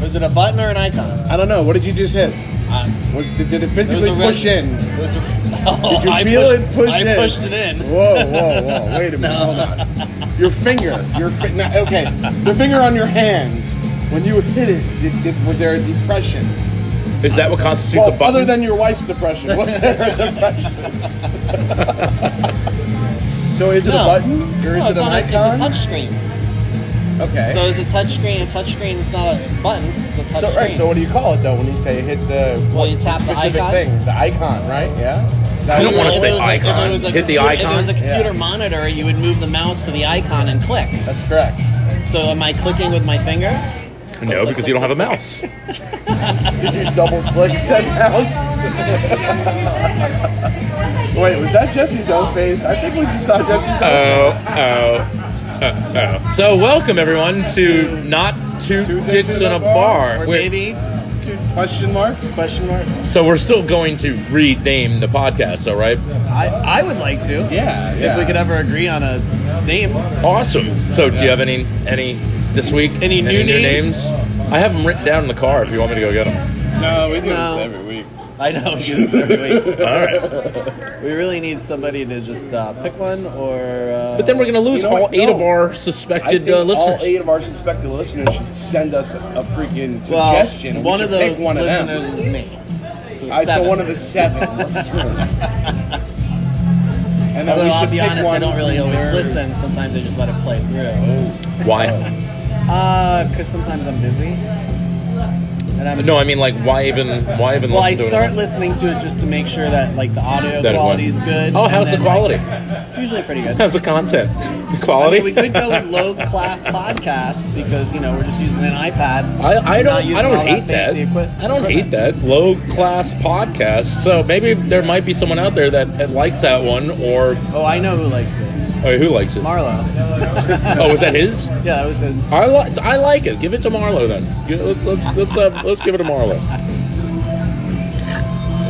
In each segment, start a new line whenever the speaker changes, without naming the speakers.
Was it a button or an icon?
I don't know. What did you just hit?
Uh,
What, did, did it
it was
physically
a red-
push in?
it was a- oh,
Did you
I
feel
pushed,
it push
I
in?
pushed it in.
Whoa, whoa, whoa! Wait a minute. Hold on. Your finger. Your fi- no, okay. The finger on your hand. When you hit it, did, did, was there a depression?
Is that what constitutes
Well,
a button?
other than your wife's depression, was there a depression? so is it
No.
a button or is
No,
it
it's,
an
on a, it's
icon?
a touch screen.
okay.
So it's a touch screen. A touch screen is not a button. It's a touch
So,
screen.
right, so what do you call it though when you say hit the
Well, you tap the
specific
icon.
thing? The icon, right? Yeah. Is that
I don't
what-
wanna
If it
say
was a- if it
icon.
was
Hit the
a computer- If it was a
icon?
computer monitor, you would move the mouse to the icon and click.
That's correct.
So am I clicking with my finger?
no, because you don't have a mouse.
Did you double click said mouse? Wait, was that Jesse's own face? I think we just saw Jesse's own
Oh, oh, oh, oh. So welcome everyone to not two, dicks in a bar.
Or
Wait,
Maybe
question mark.
question mark.
so we're still going to rename the podcast, all right?
I I would like to.
Yeah, yeah.
If we could ever agree on a name.
Awesome. So do you have any any this week?
Any new names?
names? I have them written down in the car if you want me to go get them.
no, we do
No.
this every week.
I know we do this every week.
All right.
We really need somebody to just uh, pick one or. Uh,
But then we're going to lose
You know
all
what?
eight
No.
of our
I think
suspected uh,
all
listeners.
eight of our suspected listeners should send us a, a freaking
well,
suggestion. We
one of
should pick
those
one of them.
listeners is me. So
I
seven.
saw one of the seven listeners. And then
Although
we
I'll
should
be
pick
honest, I
one
don't really always
nerd.
listen. Sometimes I just let it play through.
Why?
Uh, because sometimes I'm busy. And I'm
No, I mean like why even why even
Well, I
listen to
start
it?
listening to it just to make sure that like the audio
That it
quality
went-
is good.
Oh,
and
how's the
then,
quality?
like, usually pretty good.
How's the content?
I
Quality?
mean, we could go with low class podcasts because you know we're just using an iPad.
I, I
Not
don't
using
I
all
don't
that
hate that.
fancy equip-
I don't hate that low class podcast. So maybe there might be someone out there that, that likes that one or
Oh, I know who likes it.
oh, who likes it?
Marlo.
Oh, was that his?
Yeah, that was his.
I like I like it. Give it to Marlo then. Yeah, Let's let's let's uh, let's give it to Marlo.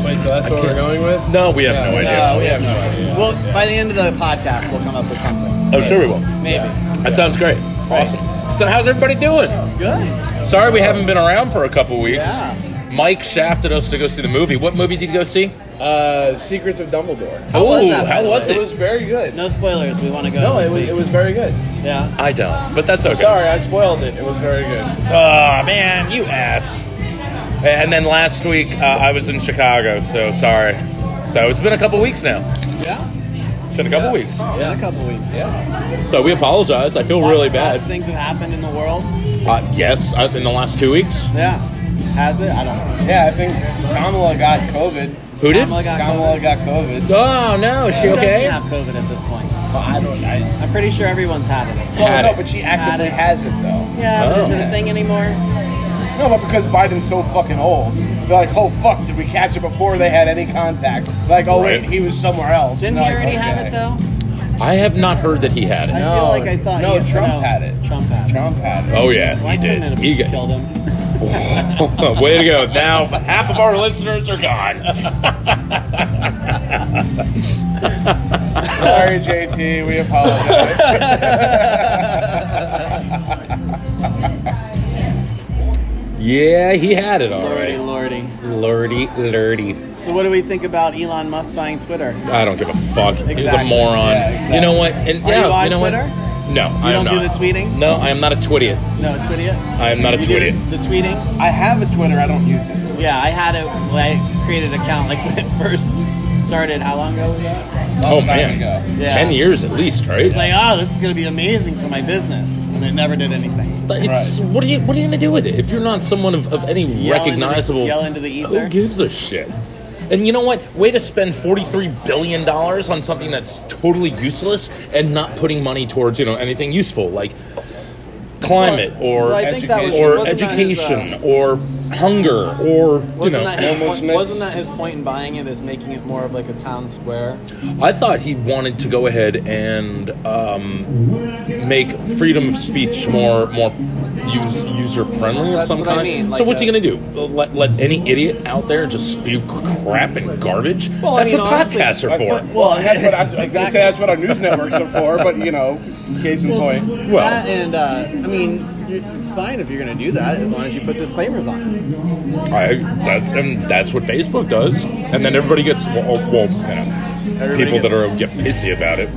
Wait, so that's what we're going with?
No, we have no
Yeah.
idea.
Uh, we have
no
Well, by the end of the podcast, we'll come up with something.
oh, sure we will.
Maybe.
That sounds great. Awesome. So how's everybody doing?
Good.
Sorry we haven't been around for a couple weeks.
Yeah.
Mike shafted us to go see the movie. What movie did you go see?
Uh, Secrets of Dumbledore.
How was
Ooh,
that, by
how
the
was
way?
It
it?
was very good.
No spoilers. We want to go.
No,
this
it was,
week.
it was very good.
Yeah.
I don't, but that's okay.
Sorry, I spoiled it. It was very good.
Oh man, you ass. And then last week uh, I was in Chicago, so sorry. So it's been a couple weeks now.
Yeah.
It's been a couple weeks.
It's been a couple weeks.
So we apologize. I feel really
Lots
bad.
of Things have happened in the world.
Uh, yes, uh, in the last two weeks.
Yeah. Has it? I don't know.
Yeah, I think Kamala got COVID.
Who did?
Kamala got COVID.
Kamala got COVID.
Oh no, is she
Who
okay?
doesn't have COVID at this point?
But I don't. I,
I'm pretty sure everyone's had it.
well,
Had
no,
it.
but she actively has it though.
Yeah, but
Oh.
is it a thing anymore?
No, but because Biden's so fucking old, they're like, oh fuck, did we catch it before they had any contact? Like, oh
Right.
wait, he was somewhere else.
Didn't
And
he
they're
already
like,
have
okay.
it though?
I have not heard that he had
I
it.
feel like I thought.
no,
he,
Trump
no,
had it.
Trump had it.
Trump had it.
Oh yeah,
Why
he
couldn't it
did.
have
He got.
killed him?
Way to go! Now half of our listeners are gone.
Sorry, JT, we apologize.
Yeah, he had it all
Lordy,
right.
lordy.
Lurdy, lurdy.
So what do we think about Elon Musk buying Twitter?
I don't give a fuck. He's a
Exactly.
moron.
Yeah, exactly.
You know what? And
Are
yeah,
you on
know
Twitter?
What? No,
You
I am
don't do the Oh,
not.
tweeting?
no, I am not a twittiot.
No, Twitter.
I am not a
you do
twittiot.
The, the tweeting.
I have a Twitter, I don't use it.
Yeah, I had it. when I created an account like when it first started. How long ago was that?
Oh
Long time
man,
ago.
Yeah.
ten years at least, right?
It's like, oh, this is gonna be amazing for my business, and it never did anything.
But it's what are you what are you gonna do with it if you're not someone of, of any
into the-
recognizable?
yell into the ether?
Who gives a shit? And you know what? Way to spend forty three billion dollars on something that's totally useless and not putting money towards you know anything useful like climate or
Well, I think that was-
or
wasn't that his, uh,
education or hunger or you
Wasn't,
know.
that his
Elmo
point,
Smith.
wasn't that his point in buying it is making it more of like a town square?
I thought he wanted to go ahead and um, make freedom of speech more more use, user friendly of
That's
some
what I
kind.
mean,
so
like
what's he
a-
gonna do? Let, let any idiot out there just spew crap and garbage?
Well, I
That's
mean,
what
honestly,
podcasts are
That's
for.
what-
Well,
well, that's what I, I was gonna
exactly.
say that's what our news networks are for, but you know, case in point.
Well-
that and uh, I mean, You- It's fine if you're going to do that as long as you put disclaimers on it.
I, that's and that's what Facebook does, and then everybody gets well, oh, well you know,
Everybody
people that
gets-
are get pissy about it.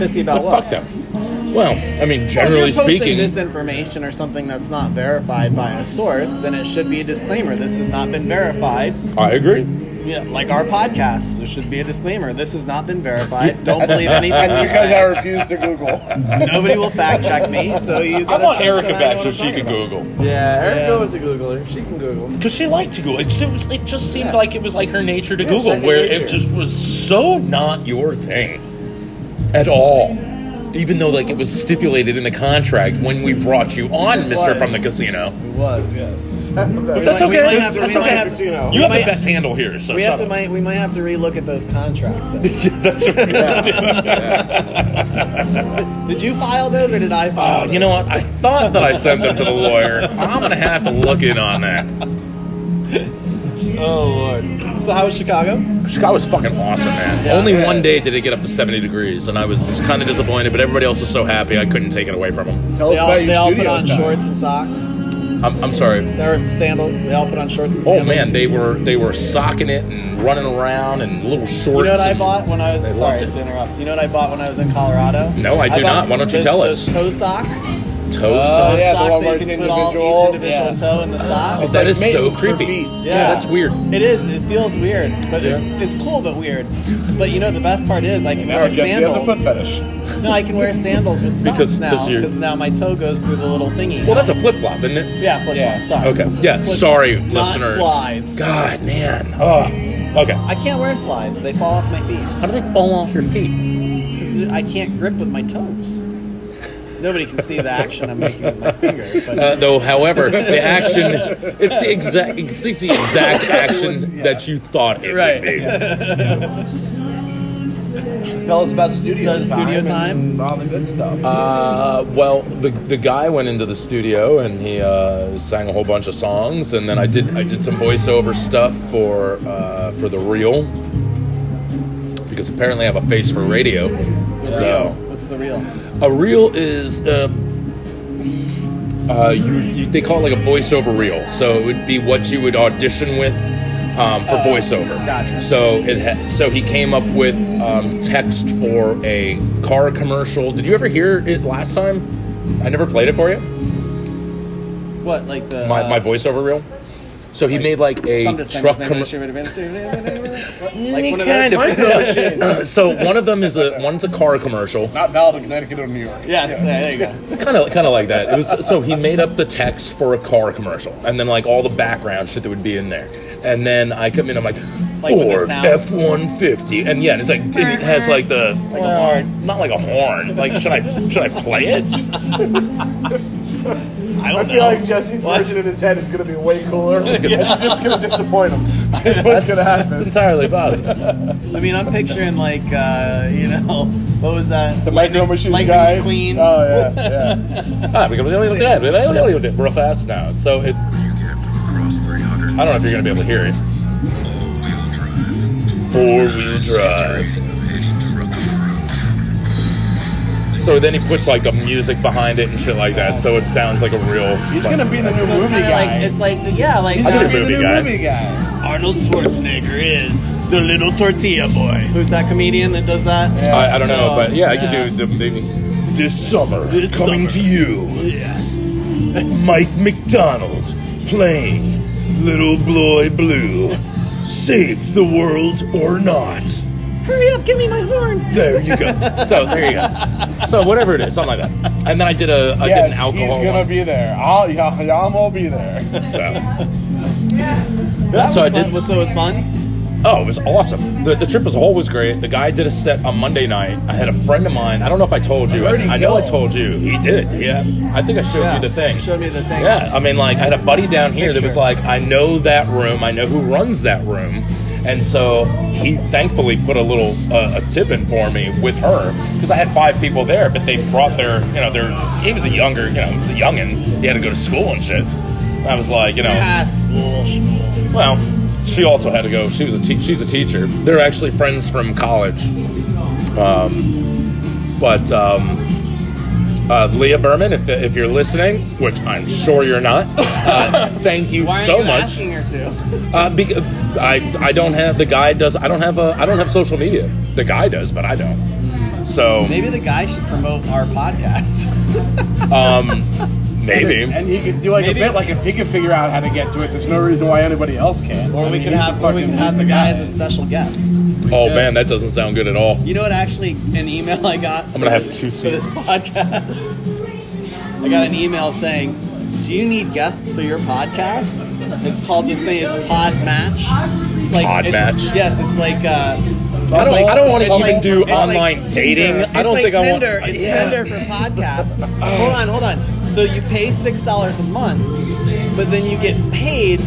Pissy about
but
what?
fuck them. Well, I mean, generally
if you're posting
speaking,
this information or something that's not verified by a source, then it should be a disclaimer. This has not been verified.
I agree.
Yeah, like our podcast, there should be a disclaimer. This has not been verified. Don't believe anything we
Because I
say.
refuse to Google.
Nobody will fact check me, so you.
I
gotta
want
trust
Erica
that I know
back
what
so
I'm
she
talking
can
about.
Google
Yeah, Erica
Yeah.
was a Googler. She can Google.
because she liked to Google. It just, it was, it just seemed like it was like her nature to Google,
second
where
nature.
it just was so not your thing at all. Even though like it was stipulated in the contract when we brought you on, Mister from the Casino.
It was. Yes.
But that's
might- we
okay.
might have to-
that's
we might
okay.
have to-
you
we
have the
might-
best handle here, so
We have to
stop.
might we might have to relook at those contracts. then.
that's
Did you file those or did I file?
Oh, you know what? I thought that I sent them to the lawyer. I'm gonna have to look in on that.
know, Oh, so how was Chicago?
Chicago's fucking awesome, man.
Yeah.
Only one day did it get up to 70 degrees, and I was kind of disappointed. But everybody else was so happy, I couldn't take it away from them.
Tell
They
us
all,
about your
they all put
studio
on
time.
shorts and socks.
I'm, I'm sorry.
They were sandals. They all put on shorts and
Oh
sandals.
man, they were they were socking it and running around and little shorts.
You know what I
and-
bought when I was
They
sorry
loved it.
to interrupt. You know what I bought when I was in Colorado?
No, I do not.
bought
Why don't you
the-
tell
those
us?
Toe socks.
Toe
Oh,
socks.
yeah, the
socks
one
that
where
you
it's
can put all each
individual.
individual
Yeah.
toe in the sock.
That
like
is so
mittens for
creepy.
feet.
Yeah.
that's weird.
It is. It feels weird, but it, it's cool but weird. But you know the best part is I can
Now
wear
Jesse has a foot
sandals.
fetish.
No, I can wear sandals with socks
Because-
now
'cause you're-
because now my toe goes through the little thingy.
Well, that's a flip flop, isn't it?
yeah, flip
Yeah.
flop. Sorry.
Okay. Yeah.
Flip-flop.
sorry,
Not
listeners.
slides.
God, man. Oh. Okay.
I can't wear slides. They fall off my feet
How do they fall off your feet?
because I can't grip with my toes. Nobody can see the action I'm making with my finger. But
Uh, though, however, the action—it's the exact—it's the exact action that you thought it
Right.
would be.
Tell us about studio.
So the studio time?
and all the good stuff.
Uh, well, the the guy went into the studio and he uh, sang a whole bunch of songs, and then I did I did some voiceover stuff for uh, for the reel because apparently I have a face for radio. So
what's the real?
a reel is uh, uh, you, you they call it like a voiceover reel. So it would be what you would audition with um, for voiceover.
Oh, gotcha.
So it ha- so he came up with um, text for a car commercial. Did you ever hear it last time? I never played it for you.
What like the
My,
uh,
my voiceover reel. So he made like a
Some
truck commercial.
like one of
Kind
those.
of. so one of them is a one's a car commercial.
Not valid in Connecticut or New York.
Yes, there you go.
kind of kind of like that. It was so he made up the text for a car commercial, and then like all the background shit that would be in there, and then I come in, I'm like.
Like with the
Ford
sound?
F one fifty, and yeah, and it's like and it has like the like a horn, not like a horn. Like should I should I play it?
I
I
don't
feel
know.
like Jesse's version in his head is going to be way cooler. You're just going to disappoint him. That's what's
That's,
going to happen.
that's entirely possible.
I mean, I'm picturing like uh, you know what was that?
The micro machine
Lightning
guy.
Queen.
Oh yeah, yeah.
Ah, because we only did that. We only did it real fast now. So it, I don't know if you're gonna be able to hear it. Four wheel drive. So then he puts like the music behind it and shit like that, so it sounds like a real.
He's going to be the new
So it's
movie
kind of like
guy.
it's like yeah, like
He's gonna
uh,
be the
Movie
new
guy.
movie guy.
Arnold Schwarzenegger is the little tortilla boy. Who's that comedian that does that?
I, I don't know,
No,
but yeah, I could
yeah.
do the, the this summer
Oh, This
coming
summer.
to you,
Yes.
Mike McDonald playing Little Boy Blue, save the world or not.
Hurry up, give me my horn.
There you go. So there you go. So whatever it is, something like that. And then I did a I did an alcohol
He's going
one.
to be there. I'll, y'all, y'all will be there.
So
That
So
was
I
fun.
did-
Was, so it was fun.
oh, it was awesome. The, the trip as a whole was great. The guy did a set on Monday night. I had a friend of mine. I don't know if I told you. I, I know I told you. He did. Yeah. I think I showed
Yeah.
you the thing.
Showed me the thing.
Yeah, I mean, like, I had a buddy down here that was
Picture.
like, I know that room, I know who runs that room. And so he thankfully put a little uh, a tip in for me with her because I had five people there, but they brought their, you know, their, he was a younger, you know, he was a youngin', he had to go to school and shit. I was like, you know,
Yes.
well, she also had to go. She was a te- she's a teacher. They're actually friends from college. Um, but um, Uh, Leah Berman, if, if you're listening, which I'm sure you're not, uh, thank you
Why are
so
you
much.
asking her to?
Uh, bec- I I don't have the guy does I don't have a I don't have social media. The guy does, but I don't. So
Maybe the guy should promote our podcast.
maybe
And he could do like
Maybe-
a bit, like if he could figure out how to get to it, there's no reason why anybody else can.
Or
I
we
mean,
could
he's
have or we
fucking-
could have the guy as a special guest.
Oh man, that doesn't sound good at all.
You know what? Actually, an email I got. I'm
gonna have two
for this podcast. I got an email saying, "Do you need guests for your podcast?" It's called this thing. It's Pod Match. It's like
Pod
it's,
Match?
Yes, it's like. Uh, it's
I don't
like-
I don't want to
it's
even
like-
do
it's like-
online dating. I
it's
don't
like
think
Tinder.
I want.
It's
yeah.
Tinder for podcasts. hold on, hold on. So you pay six dollars a month, but then you get paid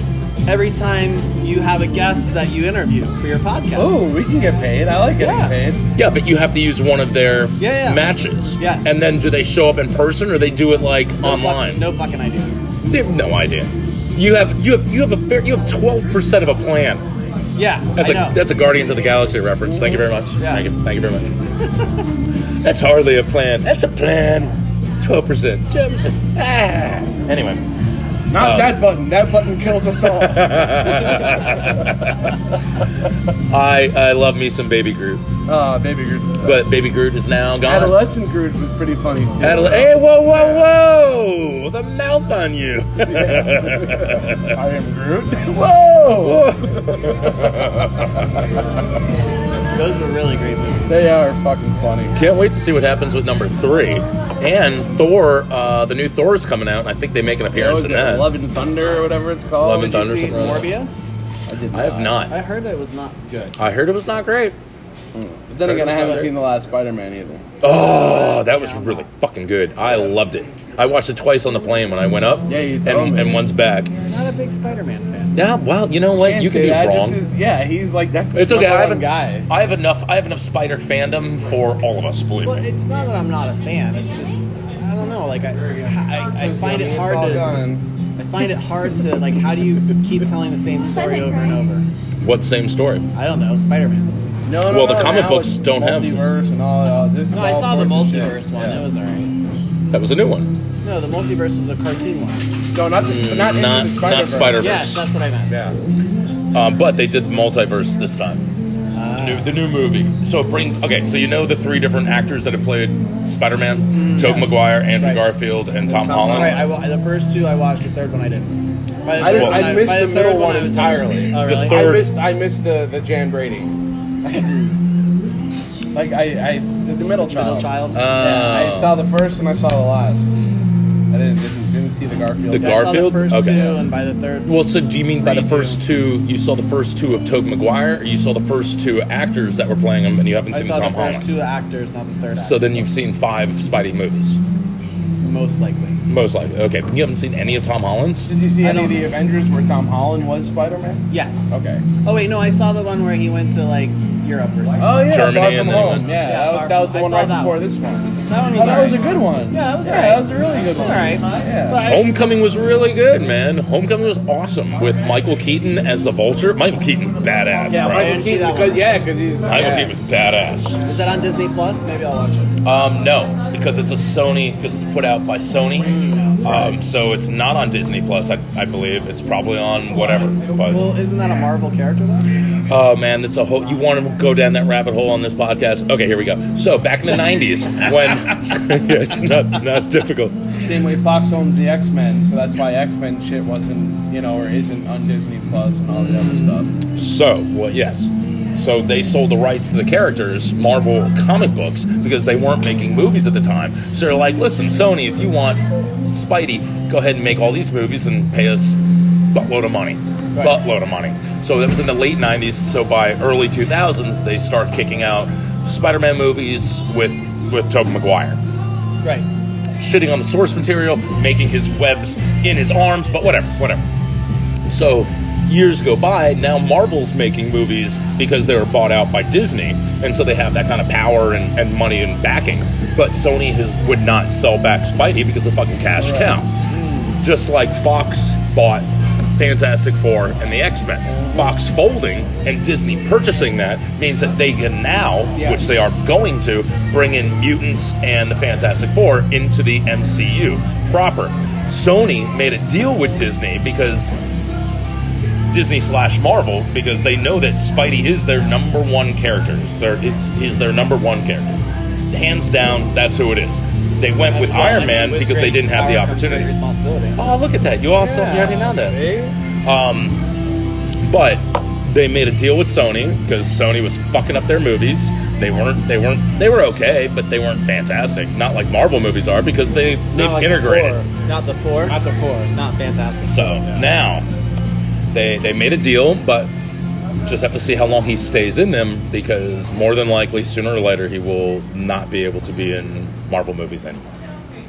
every time you have a guest that you interview for your podcast.
Oh, we can get paid. I like getting
Yeah.
paid.
Yeah, but you have to use one of their
Yeah, yeah.
matches.
Yes.
And then do they show up in person or they do it like
No fuck-
online?
no fucking idea.
They have no idea. You have you have you have a fair, you have twelve percent of a plan.
Yeah,
That's
I
a
know.
that's a Guardians of the Galaxy reference. Thank you very much.
Yeah.
Thank you. Thank you very much. that's hardly a plan. That's a plan. Twelve percent. Twelve percent. Ah. Anyway.
Not that button. That button kills us all.
I, I love me some Baby Groot,
uh,
Oh, baby Groot's the
but Baby Groot is now gone.
Adolescent Groot was pretty funny too.
Adole- hey, whoa, whoa, whoa! The mouth on you.
I am Groot.
Whoa!
Those were really great movies.
They are fucking funny.
Can't wait to see what happens with number three. And Thor, uh, the new Thor's coming out, and I think they make an appearance
What
in
was it,
that.
Love and Thunder or whatever it's called.
Love and
Did
Thunder,
you see
something like
Morbius?
I did
that. I have not.
I heard it was not good.
I heard it was not great.
But then again, I
Thunder.
haven't seen the last Spider-Man either.
Oh, that was really fucking good. I loved it. I watched it twice on the plane when I went up,
Yeah, you told
and,
me.
and once back.
You're not a big Spider-Man fan.
Yeah, well, you know what?
Can't
you can
say
be
that.
wrong.
This is, yeah, he's like that's.
it's okay. I have
a
en-
guy.
I have enough. I have enough spider fandom for all of us. Believe
Well,
me.
it's not that I'm not a fan. It's just I don't know. Like I, I, I find it hard to, I find it hard to like. How do you keep telling the same story over and over?
What same story?
I don't know. Spider-Man.
No, no,
Well, the
no,
comic
now
books
it's
don't have them.
multiverse and all. Uh, this is
No, I
all
saw the
sorts of shit.
multiverse one.
Yeah.
It was alright.
That was a new one.
No, the multiverse was a cartoon one.
No, not this. Not, Into
Mm, Not
the
not
Spider-Verse.
Spider
Yes,
Verse.
that's what I meant.
Yeah.
Um, but they did multiverse this time.
Ah.
New, the new movie. So it brings. Okay, so you know the three different actors that have played Spider Man:
Mm,
Tobey Maguire, Andrew
Right.
Garfield, and Tom Holland.
Right, I, wa- the first two I watched, the third one I didn't. By the
I,
third
did,
one,
I missed
by
the
third
middle one
I was-
entirely.
The
Oh, really?
third-
I missed. I missed the the Jan Brady. like I, I the, the middle child.
Middle child.
Uh, Yeah, I saw the first and I saw the last. I didn't didn't, didn't see the Garfield.
The
Yeah,
Gar- Garfield?
I saw the first
Okay.
two, and by the third,
Well, so do you mean by the first two? You saw the first two of Tobey Maguire, or you saw the first two actors that were playing him, and you haven't
I
seen
saw the
Tom
first
Holland.
two actors, not the third.
So then you've seen five Spidey movies,
actor, most likely.
most likely. Okay, but you haven't seen any of Tom Holland's.
Did you see
I
any of
don't-
the Avengers where Tom Holland was Spider Man?
Yes.
Okay.
Oh wait, no, I saw the one where he went to like Europe or something.
Oh yeah,
Germany
Far
and
From
then he
Home.
went-
Yeah,
Yeah,
that was
Far
that
From-
was the
I
one
saw
right
that
before
one.
this one.
That one was,
Oh, that was a
alright.
good one.
Yeah, that was
yeah,
alright.
that was a really good
All
one.
right.
Yeah.
But I-
Homecoming was really good, man. Homecoming was awesome with Michael Keaton as the Vulture. Michael Keaton, badass,
Yeah,
bro.
Brian-
Michael Keaton.
that
Because,
one.
yeah, because he's.
Michael
yeah.
Keaton was badass.
is that on Disney Plus? Maybe I'll watch it.
Um, no, because it's a Sony, because it's put out by Sony.
Mm.
Um, so it's not on Disney Plus, I, I believe. It's probably on whatever. But
Well, isn't that a Marvel character though?
oh man, it's a whole. You want to go down that rabbit hole on this podcast? Okay, here we go. So back in the '90s, when yeah, it's not not difficult.
Same way Fox owns the X Men, so that's why X Men shit wasn't, you know, or isn't on Disney Plus and all the other stuff.
So well, yes. So they sold the rights to the characters, Marvel comic books, because they weren't making movies at the time. So they're like, listen, Sony, if you want Spidey, go ahead and make all these movies and pay us buttload of money. Buttload of money. So that was in the late 90s. So by early 2000s, they start kicking out Spider Man movies with, with Tobey Maguire.
Right.
Shitting on the source material, making his webs in his arms, but whatever, whatever. So years go by. Now Marvel's making movies because they were bought out by Disney, and so they have that kind of power and, and money and backing. But Sony has would not sell back Spidey because of fucking cash cow. Just like Fox bought Fantastic Four, and the X Men. Fox folding and Disney purchasing that means that they can now,
Yeah.
which they are going to, bring in mutants and the Fantastic Four into the MCU proper. Sony made a deal with Disney because Disney slash Marvel because they know that Spidey is their number one character. Is their is, is their number one character, hands down. That's who it is. They went with
Well, I
Iron
mean,
Man
with
because they
great
didn't have the
power comes great
opportunity.
Responsibility.
Oh, look at that! You also you already know that. Um, But they made a deal with Sony because Sony was fucking up their movies. They weren't. They weren't. They were okay, but they weren't fantastic. Not like Marvel movies are because they they've
like
integrated.
before.
Not the four.
Not the four.
Not fantastic.
So now they they made a deal, but just have to see how long he stays in them because more than likely sooner or later he will not be able to be in Marvel movies anymore.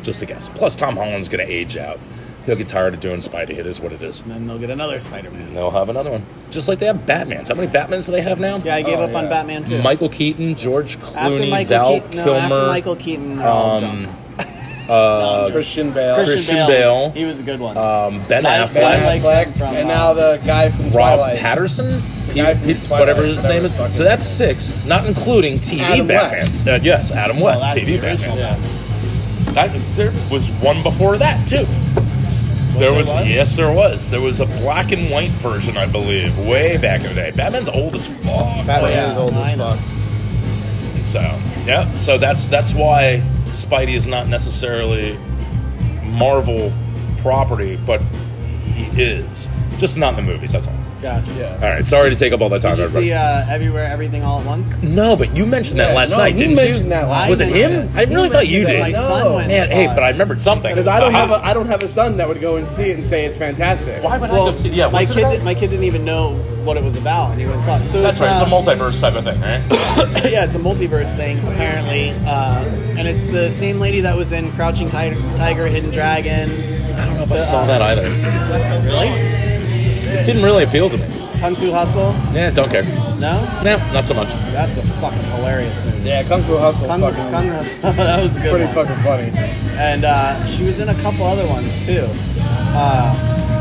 Just a guess. Plus Tom Holland's gonna age out. He'll get tired of doing Spidey. It is what it is.
And then they'll get another Spider-Man.
They'll have another one. Just like they have Batmans. How many Batmans do they have now?
Yeah, I gave
Oh,
up on
yeah.
Batman too.
Michael Keaton, George
after
Clooney,
Michael
Val
Keaton, no,
Kilmer.
after Michael Keaton, they're
um,
all junk.
Christian Bale.
Christian,
Uh, Christian
Bale,
Bale.
he was a good one.
um, ben
I-
Affleck,
I
Ben
like- liked him
Affleck,
from,
and
uh,
now the guy from
Rob
Twilight.
Patterson,
The guy
Pete-
from
Pete-
Twilight,
whatever his
whatever
name
his
is.
fucking
So that's six, not including TV
Adam
Batman.
West.
Uh, yes, Adam
Well,
West,
Oh, that's
TV
the original
Batman.
Batman.
I, there was one before that too. there
there
was
one?
yes, there was. There was a black and white version, I believe, way back in the day. Batman's old as fuck.
Batman
Oh, yeah.
is old
I
as
know.
fuck.
So yeah, so that's that's why Spidey is not necessarily Marvel property, but he is just not in the movies. That's all.
Gotcha.
Yeah.
All right, sorry to take up all that time.
Did you
everybody.
see uh, everywhere, everything, all at once?
No, but you mentioned that
Yeah,
last
no,
night,
you
didn't
mentioned that last
Was it
night.
him?
Yeah.
I really
You
thought you
mentioned
did.
it. My
No.
son went. and
Man,
saw
hey,
it.
but I remembered something.
Because I don't
How-
have a I don't have a son that would go and see it and say it's fantastic.
Why would I
Well,
go see? Yeah,
my
what's it
kid,
about?
did- my kid didn't even know what it was about, and he went and saw it. So
That's
it's,
right. It's a
uh,
multiverse type of thing, right?
yeah, it's a multiverse thing apparently, uh, and it's the same lady that was in Crouching Tiger, Tiger Hidden Dragon. I don't know if
I saw that either.
Really?
It didn't really appeal to me.
Kung Fu Hustle?
Yeah, don't care.
No,
No, not so much. Oh,
that's a fucking hilarious movie.
Yeah, Kung Fu Hustle
Kung,
fucking
Kung that was a good
pretty
one.
fucking funny.
and uh, she was in a couple other ones too. Uh,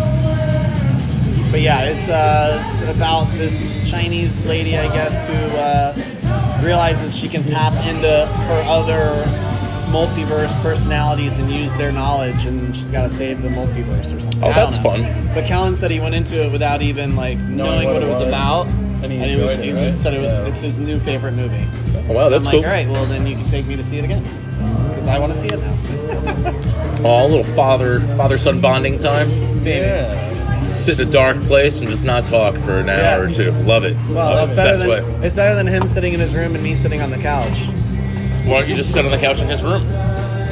but yeah, it's, uh, it's about this Chinese lady, I guess, who uh, realizes she can tap into her other multiverse personalities and use their knowledge, and she's got to save the multiverse or something.
Oh,
I don't
that's
know.
fun.
But Callan said he went into it without even like knowing, what, it was, about, and
he
it was,
enjoyed it,
he
right?
said it was
Yeah.
it's his new favorite movie.
Oh, wow, that's
I'm
cool.
like, all right, well then you can take me to see it again because I want to see it now.
Oh, a little father father son bonding time.
Baby.
Yeah.
Sit in a dark place and just not talk for an hour
Yes.
or two. Love it.
Well,
Love
it's
it.
better
Best
than
way.
it's better than him sitting in his room and me sitting on the couch.
Why don't you just sit on the couch in his room?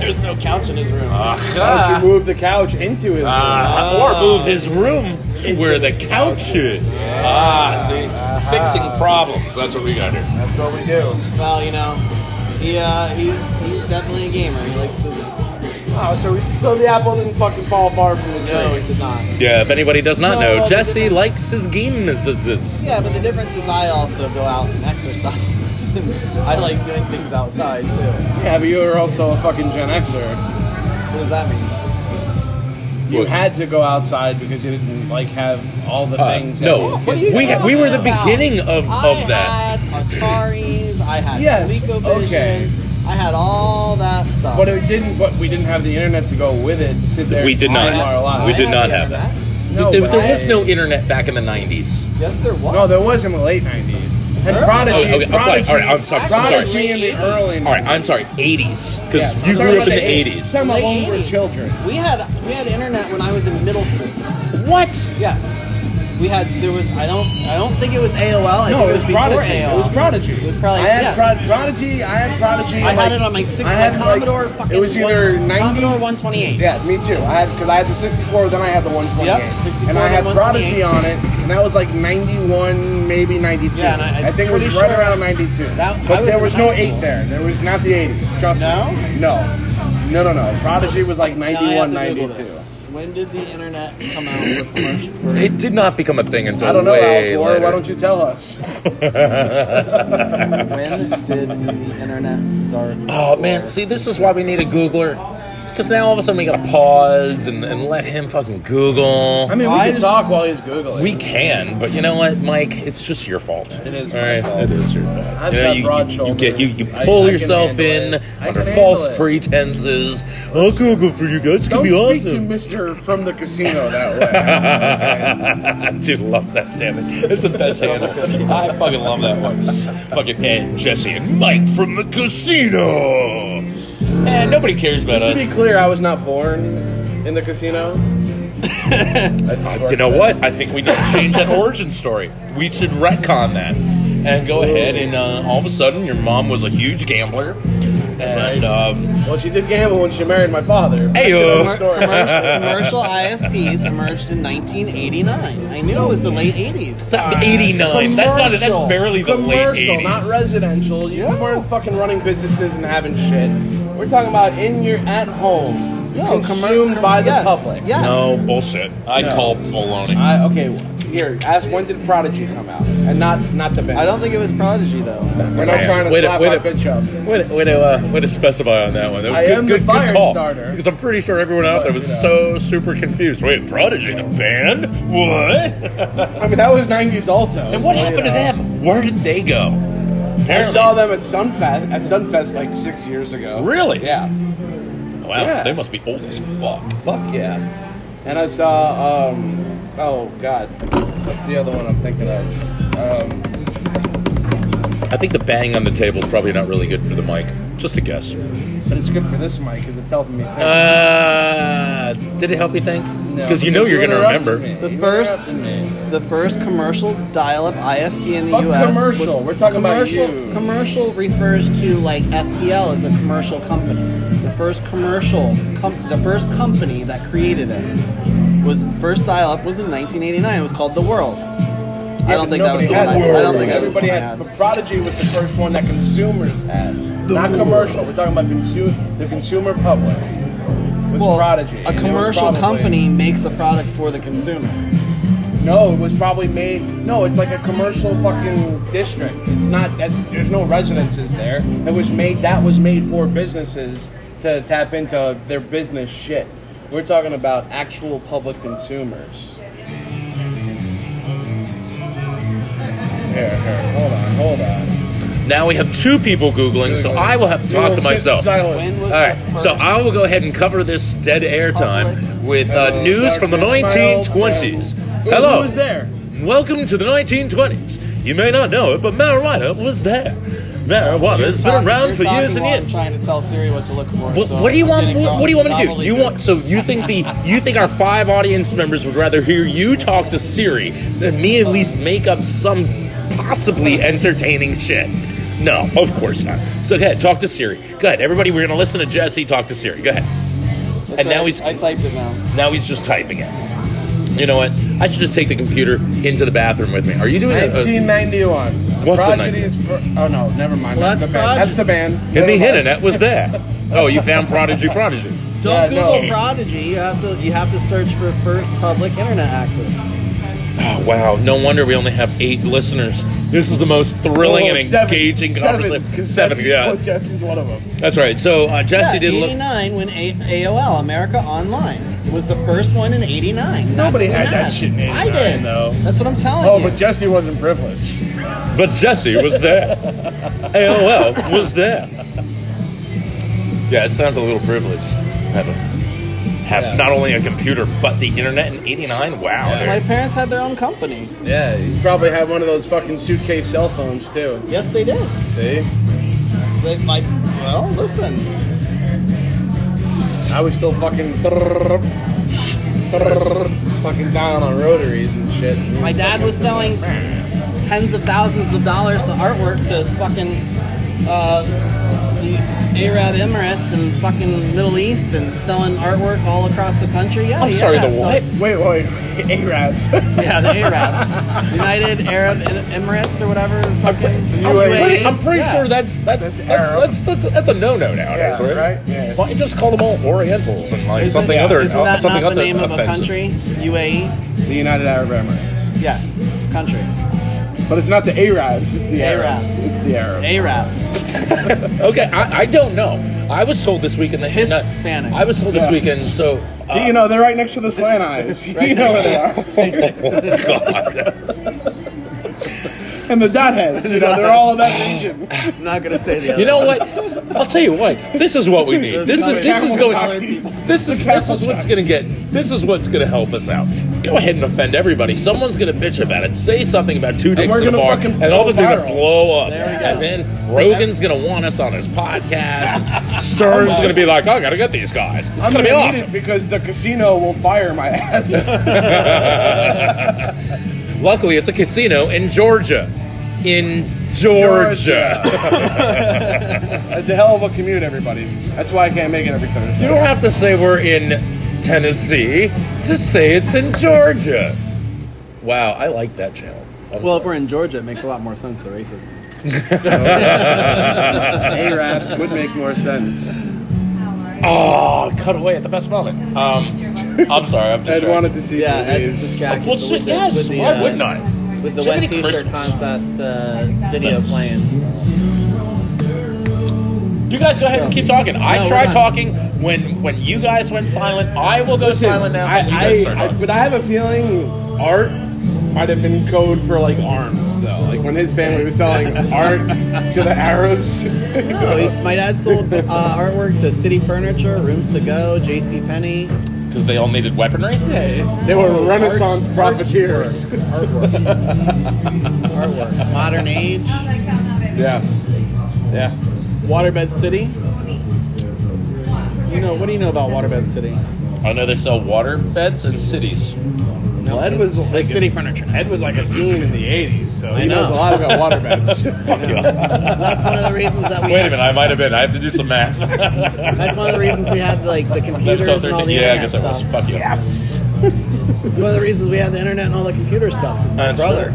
There's no couch in his room. Ah.
Why don't you move the couch into his
Ah, or move his room to where the couch is. Ah, see,
Uh-huh.
fixing problems. That's what we got here.
That's what we do.
well, you know, he uh, he's he's definitely a gamer. He likes to.
Oh, so, we, so the apple didn't fucking fall far from the tree.
No, he did not.
Yeah, if anybody does not
No,
know,
but
Jesse likes his games.
Yeah, but the difference is I also go out and exercise. And I like doing things outside too.
Yeah, but you were also a fucking Gen Xer.
What does that mean?
You
What?
had to go outside because you didn't like have all the
Uh,
things. that
no,
these
What are you
kids
we,
have.
talking
we were the
about?
beginning of,
I
of that.
had Ataris. I had
Yes,
ColecoVision.
okay.
I had all that stuff.
But it didn't. But we didn't have the internet to go with it. Sit there.
We
and
did
time
not.
Our lives.
We did
I
not
the
have that.
internet.
No,
there,
but
there
I-
was no internet back in the 90s.
Yes, there was.
No, there was in the late '90s. And
Early.
Prodigy.
Oh, Okay, okay,
Prodigy,
all right, I'm sorry, I'm sorry.
Prodigy in the early.
All right, I'm sorry, 80s. Because
Yeah,
you
I'm
grew
talking
up in
about
the
I'm
80s.
Talking about
Late
when we were
80s.
children.
We had we had internet when I was in middle school.
What?
Yes. We had there was I don't I don't think it was AOL. I
No,
think
it was
before
Prodigy.
AOL.
It was Prodigy.
It was probably-
I had
yes.
Prod- Prodigy. I had Prodigy.
I had
like-
it on my six
I
my
had, like,
Commodore fucking
It was either
one,
90.
Commodore 128.
Yeah, me too. I had because I had the 64, then I had the 128,
Yep, 64,
and I had
then
Prodigy
128.
on it, and that was like 91, maybe 92.
Yeah, and I- I'm
think it was
pretty
right
sure
around 92.
that- I
but
was
there
in
was
high
no
school.
eight there. There was not the 80s. Trust
No?
me. No, no, no, no. Prodigy was like
Now I
91,
have to Google
92.
this. When did the internet come out for commercial? For,
It did not become a thing until
I don't know,
way
Al Gore.
later.
Why don't you tell us?
when did the internet start?
Oh man, see, this is why we need a Googler. Because now all of a sudden we gotta pause and, and let him fucking Google.
I mean, we
I
can
just-
talk while he's googling.
we can, but you know what, Mike? It's just your fault.
It is
All
my
right,
fault.
It is your fault.
I've
you know,
got
you-
broad
you, you get you, you
shoulders. I-
pull
I can
yourself
handle
in
it. I
under
can
false
handle it.
pretenses. I'll Google for you guys. It's gonna
Don't
be
speak
awesome.
to Mister from the casino that way.
I do love that, damn it. It's the best handle. I fucking love that one. Fucking and Jesse and Mike from the casino. And nobody cares about
Just to be
us.
clear, I was not born in the casino.
You know what? I think we need to change that origin story. We should retcon that and go ahead and uh, all of a sudden your mom was a huge gambler. And um,
Well, she did gamble when she married my father.
hey,
Commer- commercial, commercial ISPs emerged in 1989. I knew it was the late 80s.
89. That's not. That's barely the late
commercial,
80s.
not residential. You weren't fucking running businesses and having shit. We're talking about in your at home,
No, commer-
consumed by the
yes,
public.
Yes.
No bullshit. I
No.
call baloney.
I, okay, here. Ask when did Prodigy come out, and not not the band.
I don't think it was Prodigy though.
We're not
Man.
trying to
Wait a-
slap
wait
our
a-
bitch up.
Way to, way to, uh, way to specify on that one. That was
I
good,
am
good,
the fire
good call.
starter.
Because I'm pretty sure everyone out there was so super confused. Wait, Prodigy, the band? What?
I mean, that was '90s also.
And what
so, you
happened to
know.
them? Where did they go?
I
Apparently-
saw them at Sunfest at Sunfest like six years ago.
Really?
Yeah.
Wow,
yeah.
they must be old as fuck.
Fuck yeah. And I saw um oh god. What's the other one I'm thinking of? Um
I think the bang on the table is probably not really good for the mic. Just a guess.
but it's good for this mic because it's helping me think.
Uh, did it help you think?
No,
Because you know you're going to
interrupted me.
remember.
The
You
first-
interrupted me.
The first commercial dial-up ISP in the
Fuck
U.S.
commercial.
was-
We're talking about
commercial,
you.
Commercial refers to like FPL as a commercial company. The first commercial, com- the first company that created it was the first dial-up was in 1989. It was called The World. I don't think that was.
Nobody
The
had
one I,
that.
I don't think that was. the
Everybody
one I
had.
had.
but Prodigy was the first one that consumers had, not commercial. We're talking about consu- the consumer public. Was
Well,
Prodigy. and
A
it was
commercial
probably-
company makes a product for the consumer.
No, it was probably made. No, it's like a commercial fucking district. It's not. That's, there's no residences there. It was made. That was made for businesses to tap into their business shit. We're talking about actual public consumers. Here, here, hold on, hold on.
Now we have two people Googling, so I will have to talk to myself.
Silence.
All right, so I will go ahead and cover this dead air time with uh, news from the
darkness, my old
1920s.
friend.
Hello,
Who was there?
welcome to the 1920s. You may not know it, but marijuana was there. Marijuana has been
Talking-
around
you're
for years
talking
and
while I'm
years.
Trying to tell Siri what to look for.
What,
so
what do you
I'm
want?
getting
What, what do you want me to do?
novelty
Do you want so you think the you think our five audience members would rather hear you talk to Siri than me at least make up some possibly entertaining shit? No, of course not. So go ahead, talk to Siri. Go ahead, everybody. We're gonna listen to Jesse talk to Siri. Go ahead.
That's
and now
right,
he's-
I typed it now.
Now he's just typing it. You know what? I should just take the computer into the bathroom with me. Are you doing it?
1991.
Uh, What's a
Prodigy's fir- Oh no, never mind.
Well,
that's,
that's
the band. That's the
Prodigy.
band.
in the
Never mind.
internet was there. Oh, you found Prodigy Prodigy.
Don't
Yeah,
Google
no.
Prodigy. You have to you have to search for first public internet access.
Oh, wow. No wonder we only have eight listeners. This is the most thrilling
Oh,
and
seven.
engaging
Seven,
conversation.
'cause
Seven,
Jesse's-
yeah.
oh, Jesse's one of them.
That's right. So uh, Jesse
Yeah,
did look.
89 when A- AOL America Online was the first one in 89. That's
Nobody
what we
had that shit in
I
89
did.
though.
That's what I'm telling
Oh,
you.
but Jesse wasn't privileged.
But Jesse was there. AOL was there. Yeah, it sounds a little privileged. Having have not only a computer but the internet in '89. Wow.
My parents had their own company.
Yeah, he probably had one of those fucking suitcase cell phones too.
Yes, they did.
See,
They, my, well, listen.
I was still fucking fucking down on rotaries and shit.
My dad was selling tens of thousands of dollars to artwork to fucking uh, the Arab Emirates and fucking Middle East and selling artwork all across the country. Yeah,
I'm
yeah,
sorry, the
so-
what?
Wait, wait, Arabs.
Yeah, the Arabs, United Arab Em- Emirates or whatever. Fucking
I'm
UAE.
pretty, I'm pretty
Yeah.
sure that's that's that's
Arab.
that's, that's, that's a no no nowadays,
Yeah,
right?
right? Yeah.
Why don't you just call them all Orientals and like
Isn't-
something other?
Isn't that
something
not
other
the name of a E?
offensive.
country? UAE.
the United Arab Emirates.
Yes, it's a country.
But it's not the Arabs, it's the
Arabs.
Arabs. It's the Arabs.
Arabs.
Okay, I, I don't know. I was told this weekend that
Hispanics.
I was told this
Yeah.
weekend. So uh,
you know, they're right next to the slant eyes. You know where they are.
God.
And the dot heads, you know, they're all in that region.
I'm not gonna say the other.
you know what? I'll tell you what. This is what we need. This is this is going.
Cowboys.
This is this is what's gonna get. This is what's gonna help us out. Go ahead and offend everybody. Someone's gonna bitch about it. Say something about two dicks
we're
in a
gonna
bar,
fucking
and all of us are gonna
viral.
blow up.
There we go.
And then Rogan's gonna want us on his podcast. Stern's gonna be like, I gotta get these guys. It's
I'm
gonna be
gonna need
awesome.
it because the casino will fire my ass.
Luckily, it's a casino in Georgia. In Georgia.
It's a hell of a commute, everybody. That's why I can't make it every Thursday.
You don't have to say we're in Tennessee. Just say it's in Georgia. Wow, I like that channel. I'm
Well, if
sorry.
we're in Georgia, it makes a lot more sense. The racism.
Arabs would make more sense.
oh, cut away at the best moment. Um, I'm sorry, I'm
Ed
distracted.
wanted to see
Yeah, Ed's
movies.
distracted.
Well,
with
shit,
the-
yes.
with the,
Why
uh,
wouldn't I?
With the
So
wet
many
T-shirt
Christmas.
contest uh, video
Yes.
playing.
You guys go ahead and keep talking. I
No,
tried
we're not.
talking when when you guys went silent. I will go silent now.
I,
when you guys start
I, I,
talking.
but I have a feeling art might have been code for like arms, though. Like when his family was selling art to the Arabs.
Oh, he's, my dad sold uh, artwork to City Furniture, Rooms to Go, J.C. Penney.
because they all needed weaponry.
They were Renaissance profiteers.
Artwork. Artwork. Modern Age.
Yeah. Yeah.
Waterbed City. You know what do you know about Waterbed City?
I know they sell water beds in cities.
Well, Ed was like
City Furniture.
Ed was like a teen in the '80s, so he
know.
knows a lot about waterbeds.
Fuck you. Wait
That's one of the reasons that we.
a minute, I might have been. I have to do some math.
That's one of the reasons we had like the computers and all the
yeah, I
internet
guess I was.
stuff.
Fuck you. Yes.
It's one of the reasons we had the internet and all the computer stuff. 'cause my
That's
brother,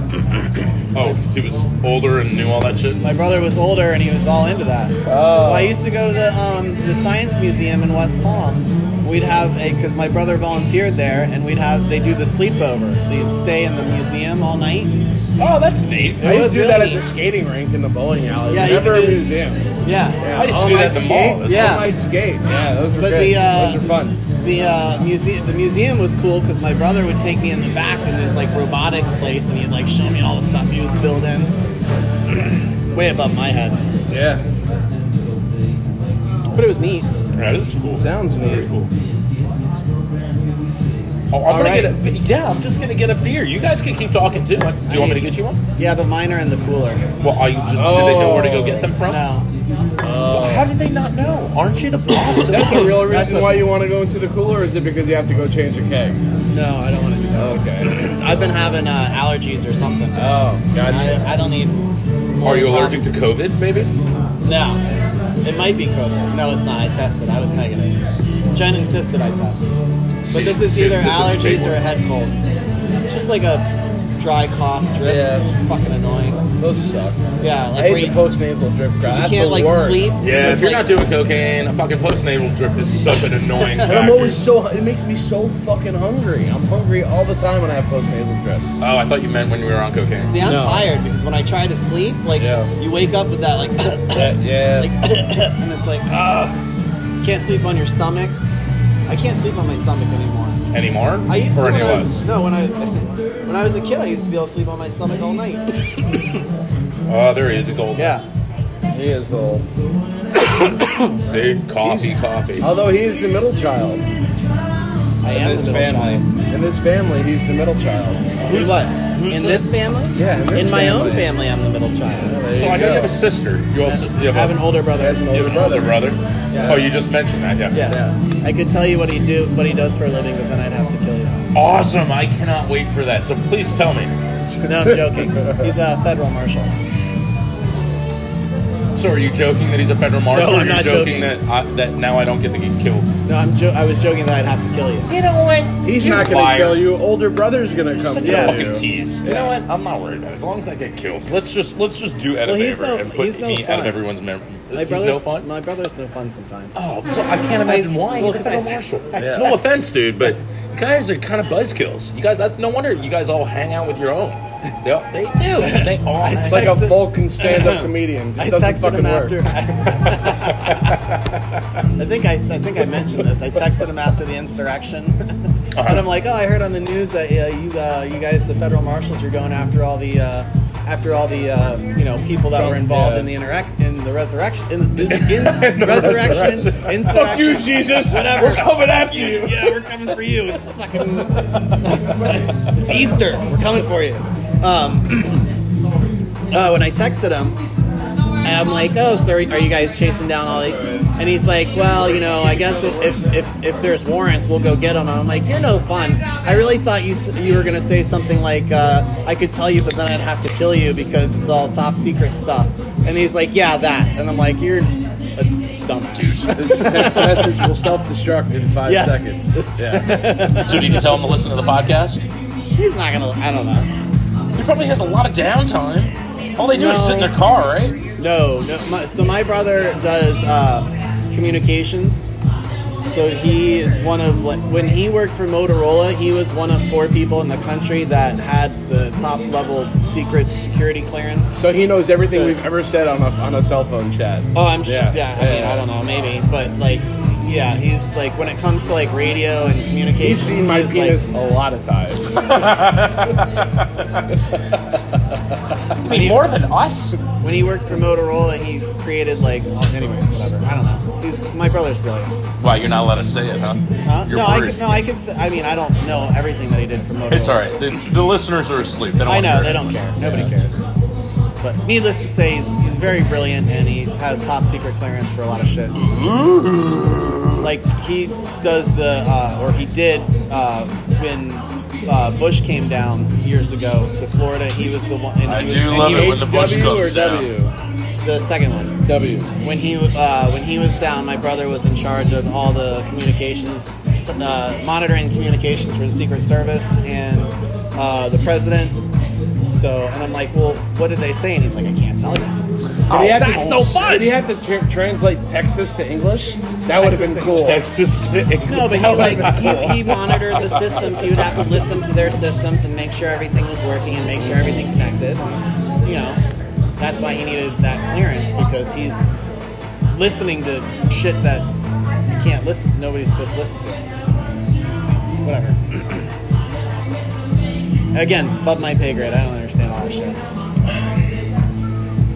Oh, 'cause he was older and knew all that shit.
my brother was older and he was all into that. Well, I used to go to the um, the science museum in West Palm. We'd have a because my brother volunteered there, and we'd have they do the sleepover, so you'd stay in the museum all night.
Oh, that's neat.
It
I
was
used to do that
really
at the
neat.
skating rink in the bowling alley.
Yeah,
Yeah,
you
never a
could do-
museum.
Yeah,
Oh,
I used to do that at the mall. That's
Yeah.
Yeah, night skate. Yeah, those were
But
good.
the, uh,
those were fun.
the uh, museum the museum was cool because my brother would take me in the back in this like robotics place, and he'd like show me all the stuff he was building. Way above my head,
Yeah,
but it was neat.
Yeah, this is cool.
sounds neat.
Oh, I'm
All
gonna
right.
get a, yeah, I'm just gonna get a beer. You guys can keep talking too. Do you want me to get you one?
Yeah, but mine are in the cooler.
Well, I just do they know where to go get them from?
Oh, No,
Well, how did they not know? Aren't you the boss? of
That's the
the
real
That's
reason
a-
why you want to go into the cooler, or is it because you have to go change a keg?
no, I don't want to do that.
Okay.
I've been having uh, allergies or something.
Oh, gotcha.
I, I don't need.
Are you allergic to COVID? Maybe.
No. It might be COVID. No, it's not. I tested. I was negative. Jen insisted I test. But this is
She- she
either
insisted you take
allergies or a
one.
head cold. It's just like a dry cough drip.
Yeah.
It's fucking annoying.
Those suck.
Yeah,
I
like where
hate
you,
the post nasal drip crowd.
you
That's
can't
the
like
worst.
sleep.
Yeah,
It's
if you're
like-
not doing cocaine, a fucking postnatal drip is such an annoying
And I'm
factor.
always so. It makes me so fucking hungry. I'm hungry all the time when I have post nasal drip.
oh, I thought you meant when we were on cocaine.
See, I'm
No.
tired because when I try to sleep, like
Yeah.
you wake up with that like,
That- yeah.
like and it's like, ah, can't sleep on your stomach. I can't sleep on my stomach anymore.
Anymore?
I used to
or
when
any
I
less?
was, no when I when I was a kid I used to be able to sleep on my stomach all night.
Oh, there he is. He's old.
Yeah.
He is old.
See, coffee, coffee.
Although he is the middle child in
I am
this
the middle
family.
child.
In this family, he's the middle child.
Who's what? in this family?
Yeah, in this
In my own family,
family.
I'm the middle child.
There
So
you
I know you
go.
have a sister. You also you
I have
have,
an older brother.
That's an
a, you
older
have an older
brother.
brother. Oh, you just mentioned that. Yeah.
Yes. I could tell you what he do, what he does for a living, but then I'd have to kill you.
Awesome. I cannot wait for that. So please tell me.
No, I'm joking. He's a federal marshal.
So are you joking that he's a federal marshal?
No,
or
I'm
you're
not joking.
that I, that now I don't get to get killed?
No, I'm jo- I was joking that I'd have to kill you.
You know what?
He's
You
not gonna
liar.
kill you. Older brother's gonna come
Such
kill
Yeah.
a
you.
fucking tease. You know what? I'm not worried about it. As long as I get killed, let's just let's just do Ed
Well,
a
he's
favor
no-
and
he's
put
no
me out of
fun.
everyone's memory.
My
he's
brother's
no fun.
My brother's no fun sometimes.
Oh, I can't
I-
imagine why.
well,
He's a
'cause
federal
I-
marshal.
I-
No offense, dude, but guys are kind of buzzkills. You guys, that's no wonder you guys all hang out with your own. They, all, they do. They all.
I
hang-
Like a
Texted-
Vulcan stand-up comedian. Just
I
doesn't
texted
fucking
him
work.
after. I think I, I think I mentioned this. I texted him after the insurrection, and I'm like, "Oh, I heard on the news that uh, you uh, you guys, the federal marshals, you're going after all the uh, after all the uh, you know people that were involved
yeah.
in the interac- in the resurrection in, in, in resurrection,
resurrection.
insurrection.
Fuck you, Jesus.
Whatever.
We're coming after you.
Yeah, we're coming for you. It's fucking. it's Easter. We're coming for you. Um, uh, when I texted him, and I'm like, oh, so are are you guys chasing down all these? And he's like, well, you know, I guess if, if, if, if there's warrants, we'll go get them. And I'm like, you're no fun. I really thought you s- you were going to say something like, uh, I could tell you, but then I'd have to kill you because it's all top secret stuff. And he's like, yeah, that. And I'm like, you're a dumb douche.
This text message will self-destruct in five
Yes.
seconds.
So did you tell him to listen to the podcast?
He's not going to, I don't know.
He probably has a lot of downtime. All they do is sit in their car, right?
No, no. My, so my brother does uh, communications. So he is one of like, when he worked for Motorola, he was one of four people in the country that had the top level secret security clearance.
So he knows everything we've ever said on a, on a cell phone chat.
Oh, I'm sure. Yeah,
Yeah.
I mean,
Yeah.
I don't know, maybe, but like, yeah, he's like when it comes to like radio and
He's
communications,
seen my
he's,
penis a lot of times.
I mean, more than us.
Like, when he worked for Motorola, he created like, well, anyways, whatever. I don't know. He's my brother's brilliant.
Wow, you're not allowed to say it, huh?
Huh?
You're
No, I
worried.
could, no, I could. Say, I mean, I don't know everything that he did for Motorola.
It's all right. The, the listeners are asleep. They don't
I
wanna
know
hear
they
it.
don't care. Nobody cares. But needless to say, he's, he's very brilliant and he has top secret clearance for a lot of shit. Like he does the, uh, or he did uh, when uh, Bush came down years ago to Florida. He was the one. And
I
he was,
do
and
love
he
it when
was
the Bush
W
goes
or
down.
W?
the second one.
W.
When he uh, when he was down, my brother was in charge of all the communications, uh, monitoring communications for the Secret Service and uh, the president. So, and I'm like, well, what did they say? And he's like, I can't tell you.
Did he have
Oh, that's no fun!
Did he have to tra- translate Texas to English? That would have
Texas
been
to
cool.
Texas.
No, but he like he, he monitored the systems. He would have to listen to their systems and make sure everything was working and make sure everything connected. You know, that's why he needed that clearance because he's listening to shit that you can't listen. Nobody's supposed to listen to. Whatever. Again, above my pay grade. I don't understand all this shit.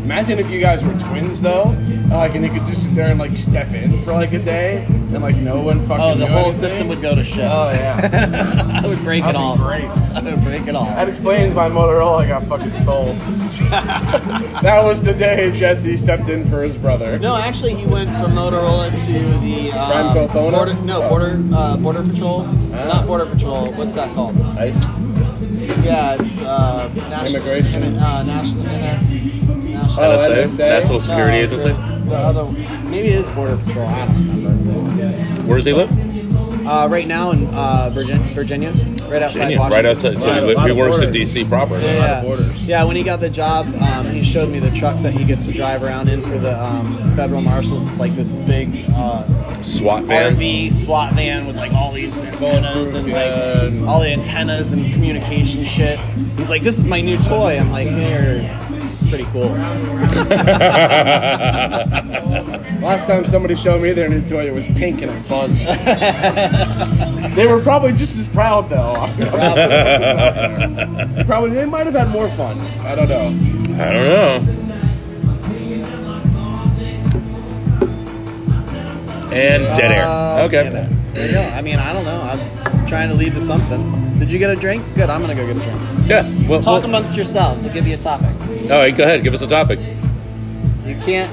Imagine if you guys were twins though, and, like, and you could just sit there and like step in for like a day, and like no one fucking.
Oh, the
knew
whole
anything.
system would go to shit.
Oh yeah,
I would break it
that'd be
all.
great.
I would break it all.
That explains my Motorola got fucking sold. that was the day Jesse stepped in for his brother.
No, actually, he went from Motorola to the
Grand
um,
Theft Auto?
border, no
Oh.
border uh, border patrol, not border patrol. What's that called?
Nice.
Oh,
Yeah, it's uh, national
Immigration?
Uh, national NS, national.
Oh,
no,
NSA?
National
it's
Security
the-
Agency.
The other, maybe it is border patrol. I don't
Where does he live?
know. Uh, right now in uh, Virgin, Virginia, right outside
Virginia,
Washington.
right outside. So
Right,
he
a
li-
lot
he
of
works in
borders.
D.C. proper.
Yeah,
lot of
yeah.
borders.
Yeah, when he got the job, um, he showed me the truck that he gets to drive around in for the um, federal marshals. It's like this big. Uh,
SWAT van.
RV SWAT van with like all these antennas and like all the antennas and communication shit. He's like, "This is my new toy." I'm like, "Man, you're pretty cool."
Last time somebody showed me their new toy, it was pink and it buzzed. they were probably just as proud though. probably they might have had more fun. I don't know.
I don't know. And dead air.
Uh,
Okay.
yeah, man. There you go. I mean, I don't know. I'm trying to lead to something. Did you get a drink? Good. I'm gonna go get a drink.
Yeah. Well,
Talk
well-
amongst yourselves. I'll give you a topic.
all right. Go ahead. Give us a topic.
You can't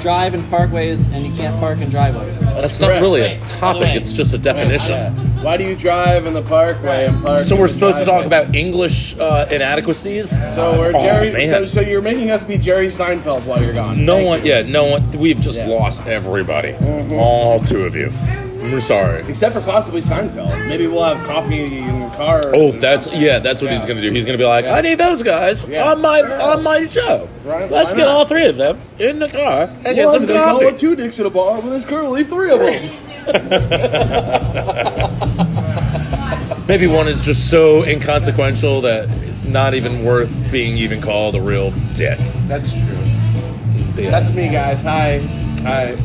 drive in parkways, and you can't park in driveways.
That's not really a
Wait, uh,
topic.
by the way.
It's just a definition.
Why do you drive in the parkway and park?
So
in
we're
the
supposed to talk
driveway?
about English uh, inadequacies.
So we're
Oh,
Jerry.
man.
so, so you're making us be Jerry Seinfeld while you're gone.
No
Thank
one,
you.
yeah, no one. We've just
Yeah.
lost everybody.
Mm-hmm.
All two of you. We're sorry.
Except for possibly Seinfeld. Maybe we'll have coffee in the car.
Oh, that's yeah. That's what he's
Yeah.
gonna do. He's gonna be like, I need those guys
Yeah.
on my on my show.
Right,
Let's
why
get
not?
all three of them in the car and get
One,
some
they call it
coffee.
two dicks at a bar, but there's currently three of them.
Maybe one is just so inconsequential that it's not even worth being even called a real dick.
That's true.
Yeah.
That's me, guys. Hi. Hi.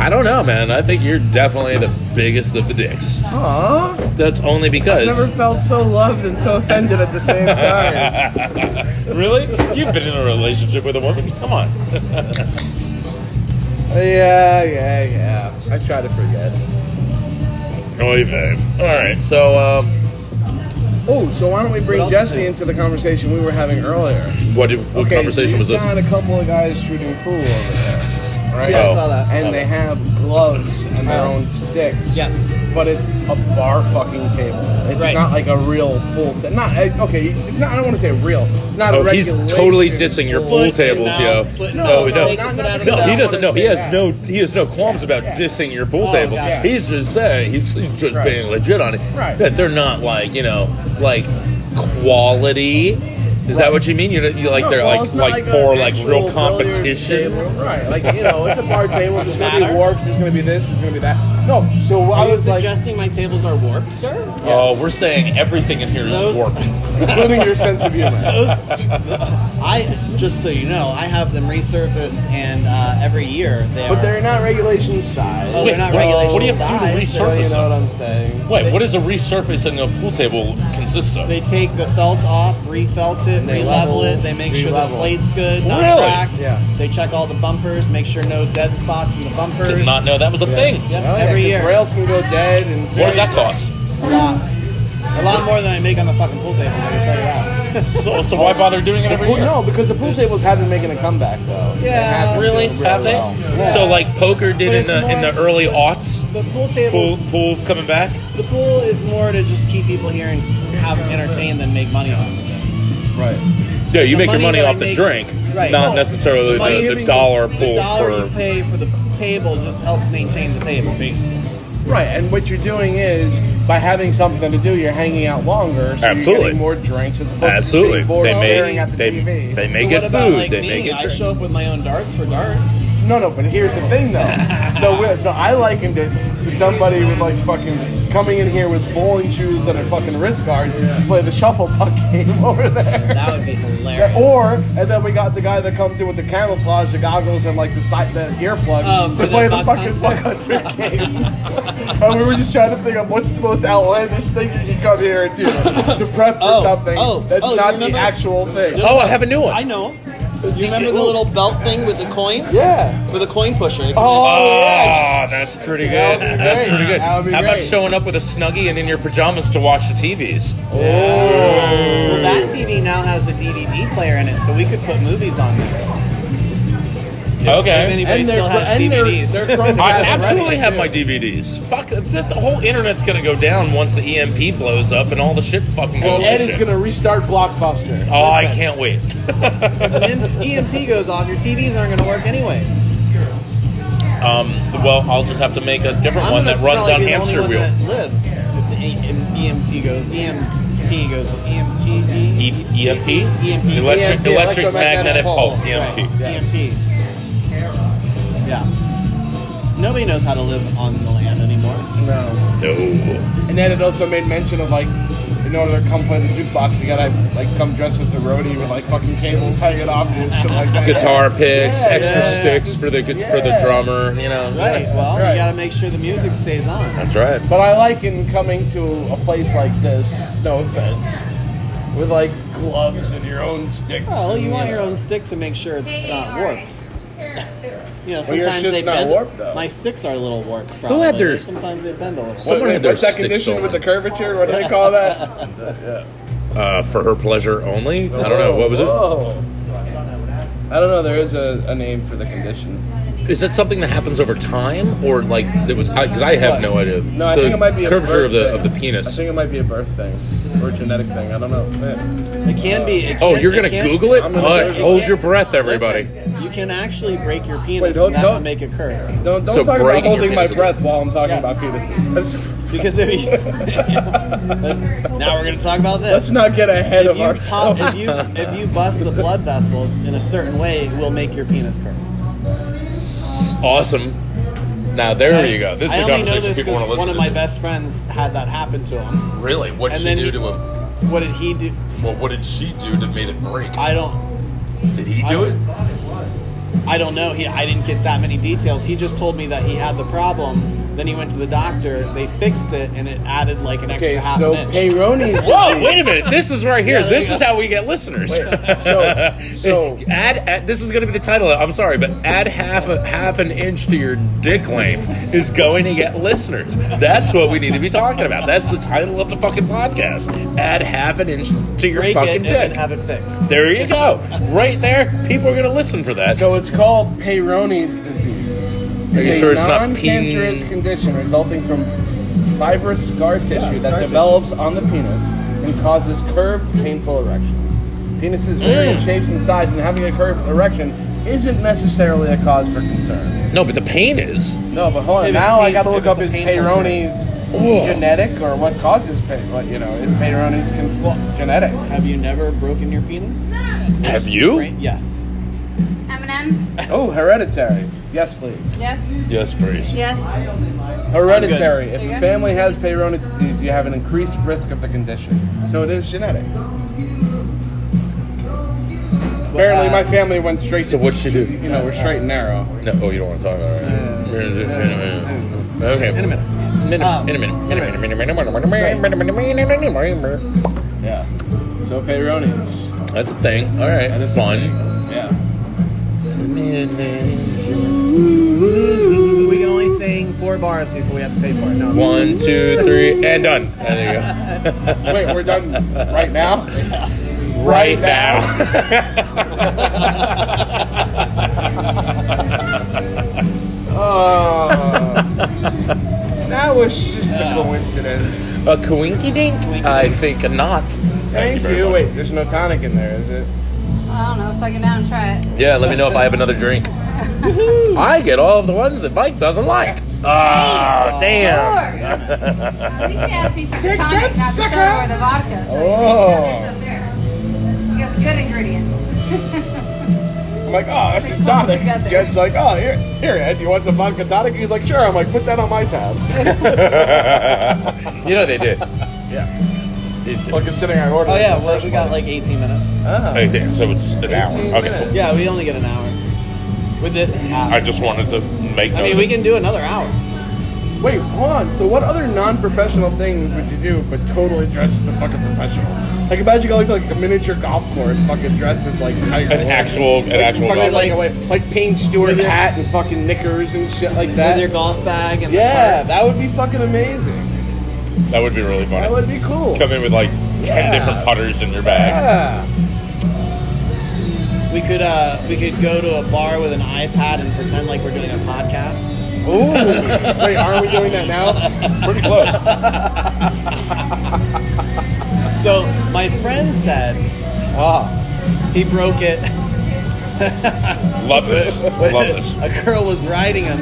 I, I don't know, man. I think you're definitely the biggest of the dicks.
Aww.
That's
Never
only because.
felt so loved and so offended at the same time.
Really? You've been in a relationship with a woman? Come on.
yeah, yeah, yeah. I try to forget.
Oy vey. All right, so um,
Oh, so why don't we bring
else
Jesse
is-
into the conversation we were having earlier?
what, did- what
Okay,
conversation
so
was
you
this?
found a couple of guys shooting pool over there, right?
Yeah,
Oh.
I saw that.
And they have gloves and their own sticks.
Yes.
But it's a bar fucking table. It's
Right.
not like a real pool. ta- not uh, okay. It's not, I don't want to say real. It's not. a
Oh, he's
regulation
totally dissing your pool
Foot in
tables,
mouth,
yo.
foot-
No, no,
no, no,
not- not-
no.
I
He
don't
doesn't.
wanna
No, he
say
has
that.
no. He has no qualms about dissing your pool
Oh,
tables.
yeah.
He's just saying he's, he's just
Right.
being legit on it.
Right.
That they're not like you know like quality. Is that what you mean? You, you like
No,
they're
well,
like
it's
like,
not a
for like
actual
real
billiards
competition.
table. right? Like you know, it's a bar table. There's gonna be
Matter.
warps. There's gonna be this. There's gonna be that. No. So I
Are you
was like,
suggesting my tables are warped, sir?
Oh, we're saying everything in here is
Those-
warped.
including your sense of humor.
Those, I just so you know, I have them resurfaced, and uh, every year they
But
are.
they're not regulation size.
Oh,
Wait,
they're not
what-
regulation
what do you have to do
size.
to
so
So you
resurface
know what I'm saying.
Wait, what does a resurfacing of a pool table consist of?
They take the felt off, re-felt it,
they
re-level
level,
it. They make sure the
re-level.
slate's good, not
Really?
cracked.
Yeah.
They check all the bumpers, make sure no dead spots in the bumpers.
Did not know that was a thing.
Yep,
Oh, yeah,
every
'cause
year.
Rails can go dead and
What does that cost?
A lot. A lot more than I make on the fucking pool table. I can tell you that.
So, so why bother doing it every
Well,
year?
no, because the pool tables have been making a comeback though. They
Yeah.
have been
Really?
doing
Have they?
well.
So like poker did
But
in
it's
the in
more-
the early aughts.
The pool
Pool,
tables,
pools coming back.
the pool is more to just keep people here and have them entertained than make money off. it.
Right.
Yeah, you
The
make your money
money that
off
I
the
make-
drink,
Right.
not
No.
necessarily
The money
the,
you
the
make-
dollar
The
pool
dollar you
for.
pay for the table just helps maintain the table, basically.
Right. And what you're doing is by having something to do, you're hanging out longer. So
Absolutely.
You're getting more drinks. As opposed to
Absolutely,
being bored
they
staring
may
at the
they,
TV.
they may
So
get
what
food,
about, like,
they
me?
may get
I
drink.
show up with my own darts for dart.
No, no. But here's the thing though. so we- so I likened it to somebody with like fucking coming in here with bowling shoes and a fucking wrist guard to play the shuffle puck game over there.
That would be hilarious.
Or and then we got the guy that comes in with the camouflage, the goggles, and like the side the earplugs
Oh,
to
for
play
the
the
Buck
fucking Buck Hunter game. and we were just trying to think of what's the most outlandish thing you can come here and do to prep for
Oh,
something
oh,
that's
oh, you
not the
remember-
actual thing.
Oh, I have a new one.
I know. You remember the little belt thing with the coins?
Yeah.
With a coin pusher.
Oh, yeah.
Oh, that's pretty
That would
good.
be
That's
great.
pretty good.
That would be
How about
great.
showing up with a snuggie and in your pajamas to watch the TVs?
Well, that TV now has a DVD player in it, so we could put movies on there. If
Okay.
anybody still has DVDs.
I absolutely have my DVDs. Fuck, the, the whole internet's gonna go down once the EMP blows up and all the shit fucking goes to
Ed is
shit.
gonna restart Blockbuster.
Oh, I
Listen.
can't wait.
and EMT goes off, your TVs aren't going to work anyways.
Well, I'll just have to make a different
I'm
one
gonna
that runs
probably
on
be the only
hamster
one
wheel.
That lives. If the EMT E goes, EMT goes, EMT,
E- EMT?
E
EMT,
Electric,
EMP,
electric
electromagnetic
magnetic pulse. E
pulse,
EMP.
EMP. Yeah. Nobody knows how to live on the land anymore.
No.
No.
And then it also made mention of like. In order to come play the jukebox, you gotta like come dressed as a roadie with like fucking cables hanging off you and shit like that.
Guitar picks,
Yeah,
extra
yeah.
sticks for the gu- for the
Yeah.
drummer. You know.
Right. Well,
Right.
you got to make sure the music stays on.
That's right.
But I like in coming to a place like this, no offense, with like gloves and your own sticks.
Well, Oh, you
and,
want your
know.
own stick to make sure it's not warped. You know,
Well, your
sometimes
shit's
they
not
bend.
warped, though.
my sticks are a little warped. Probably.
Who had their-
Sometimes they bend a little.
Someone had their
what's that
sticks
condition with the
stolen.
curvature? What do they call that?
Uh, for her pleasure only. I don't know what was it.
Whoa. I don't know. There is a, a name for the condition.
Is that something that happens over time, or like it was? Because I, have no idea.
No, I
the
think it might be a
curvature
birth
of the
thing.
of the
I
penis.
think it might be a birth thing or a genetic thing. I don't know. Man.
It
Uh,
can be. It
Oh,
can-
you're gonna
it can-
Google it?
I'm gonna
All right,
Google it.
hold
can-
your breath, everybody.
Listen, you can actually break your penis,
don't-
and that
don't-
will make it curve.
Don't don't
So
talk about
breaking your
holding my
penis again.
breath while I'm talking
Yes.
about penises. Let's,
Because if you, Listen, now we're gonna talk about this.
let's not get ahead
if
of
you, pop,
ourselves.
if you if you bust the blood vessels in a certain way, it will make your penis curve.
Awesome. Now there you go. This
I
is a
only know
conversation
this
people want to
because one
listen to.
of my best friends had that happen to him.
really, what did
and
she
then
do
he-
to him?
What did he do?
Well, what did she do to made it break?
I don't.
Did he
I
do it?
don't- I don't know. He, I didn't get that many details. He just told me that he had the problem. Then he went to the doctor. They fixed it, and it added like an extra
Okay,
half
so
an inch.
Peyronie's
Whoa! Wait a minute. This is right here.
Yeah, there
this
you
is
go.
how we get listeners.
so, so
add, add this is going to be the title. I'm sorry, but add half a, half an inch to your dick length is going to get listeners. That's what we need to be talking about. That's the title of the fucking podcast. Add half an inch to your
break it
fucking
and then
dick.
have it fixed.
There you go. Right there, people are going to listen for that.
So it's called Peyronie's disease.
Are you
a
sure it's not P-
non-cancerous condition resulting from fibrous scar tissue
Yeah,
that
scar tissue.
develops on the penis and causes curved, painful erections. Penises vary in shapes and size, and having a curved erection isn't necessarily a cause for concern.
No, but the pain is.
No, but hold on.
If it's
now I got to
painful-
look
if
up
it's
is
a painful thing.
Peyronie's genetic or what causes pain? What you know is Peyronie's con-
Well-
genetic?
Have you never broken your penis?
Have you?
Right? Yes.
Eminem?
Oh, hereditary. Yes, please.
Yes.
Yes, please.
Yes.
Hereditary. If
There you
a
go.
family has Peyronie's disease, you have an increased risk of the condition. So it is genetic. Apparently,
uh,
my family went straight.
So
to,
what you do?
You know, we're straight and narrow.
No, oh, you don't want to talk about it. Right? Okay. In a minute. In a
Um,
minute. In a minute. In a minute.
Yeah. So Peyronie's.
That's a thing. All right. That's fun.
Yeah.
We can only sing four bars before we have to pay for it. No.
One, two, three, and done. There
Wait, we're done right now.
you go. Right now.
Oh. That was just a coincidence.
A coinky dink? I think not.
Thank,
you very
you.
much.
Wait, there's no tonic in there, is it?
I don't know. Suck it down and try it.
Yeah, let me know if I have another drink. I get all of the ones that Mike doesn't like. Ah, damn.
Sure. you should ask me for the tonic, not the soda or the vodka. So
Oh.
you can You got the good ingredients.
I'm like, oh, that's just
Pretty close
tonic.
together.
Jed's like, oh, here, here, Ed, you want some vodka tonic? He's like, sure. I'm like, put that on my tab.
You know they did. Yeah.
Well, considering I ordered.
Oh yeah,
it the
well,
first
we got
one.
like 18 minutes.
Okay, so it's an hour. Okay. cool.
Yeah, we only get an hour with
Mm.
this app.
I just wanted to make.
I
note
mean,
of
we
it.
can do another hour.
Uh, Wait, hold on. So, what other non-professional things would you do, but totally dress as a fucking professional? Like, imagine going to like a miniature golf course, fucking dressed as like Tiger
an
Woods.
actual, an actual.
fucking,
golf.
like,
golf-
like, like Payne Stewart
With your-
hat and fucking knickers and shit like
With your
that.
golf bag and
Yeah,
The cart.
that would be fucking amazing.
that would be really
That
funny.
would be cool.
Come in with like ten
Yeah.
different putters in your bag.
Yeah.
we could uh, we could go to a bar with an iPad and pretend like we're doing a podcast.
Ooh. Wait, aren't we doing that now?
Pretty close.
So my friend said
Ah.
he broke it.
Love this. Love this.
a girl was riding him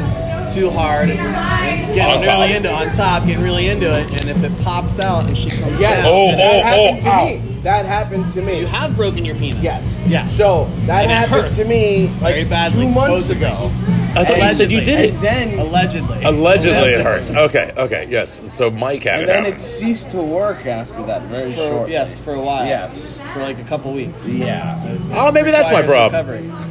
too hard,
On
getting
top.
really into on top, getting really into it, and if it pops out and she comes
Yes.
down,
Oh,
that
oh,
happened
oh,
to me. That happened to me.
you have broken your penis.
Yes.
Yes.
So that
And it
happened
hurts.
to me like
Very badly,
two months
supposedly.
ago.
I thought you said you did
And
it.
then
allegedly,
Allegedly, it hurts. Okay, okay, yes. So Mike had
and
it.
then
happen.
it ceased to work after that. Very
For,
short.
yes, for a while.
Yes.
For like a couple weeks.
Yeah.
Oh, maybe that's my
Fire's
problem.
recovery.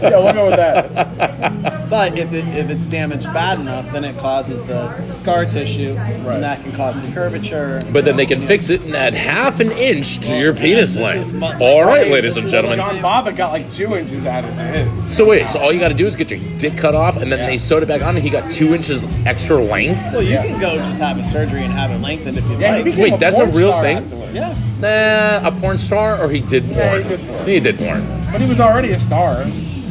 Yeah, we'll go with that.
But if, it, if it's damaged bad enough, then it causes the scar tissue,
Right.
and that can cause the curvature.
But then they can fix it and add half an inch to your
Well,
penis
this
length.
is much-
All right,
Hey,
ladies
this
and
is
gentlemen.
much-
John Bobbitt got like two inches out of his.
So wait, so all you got to do is get your dick cut off, and then they sewed it back on, and he got two inches extra length.
Well, you
Yeah.
can go just have a surgery and have it lengthened if you
Yeah, he
like.
became
Wait, that's a
porn
real
star
thing?
afterwards.
Yes.
Nah, a porn star, or he did porn.
Yeah, he did porn.
He did porn.
But he was already a star.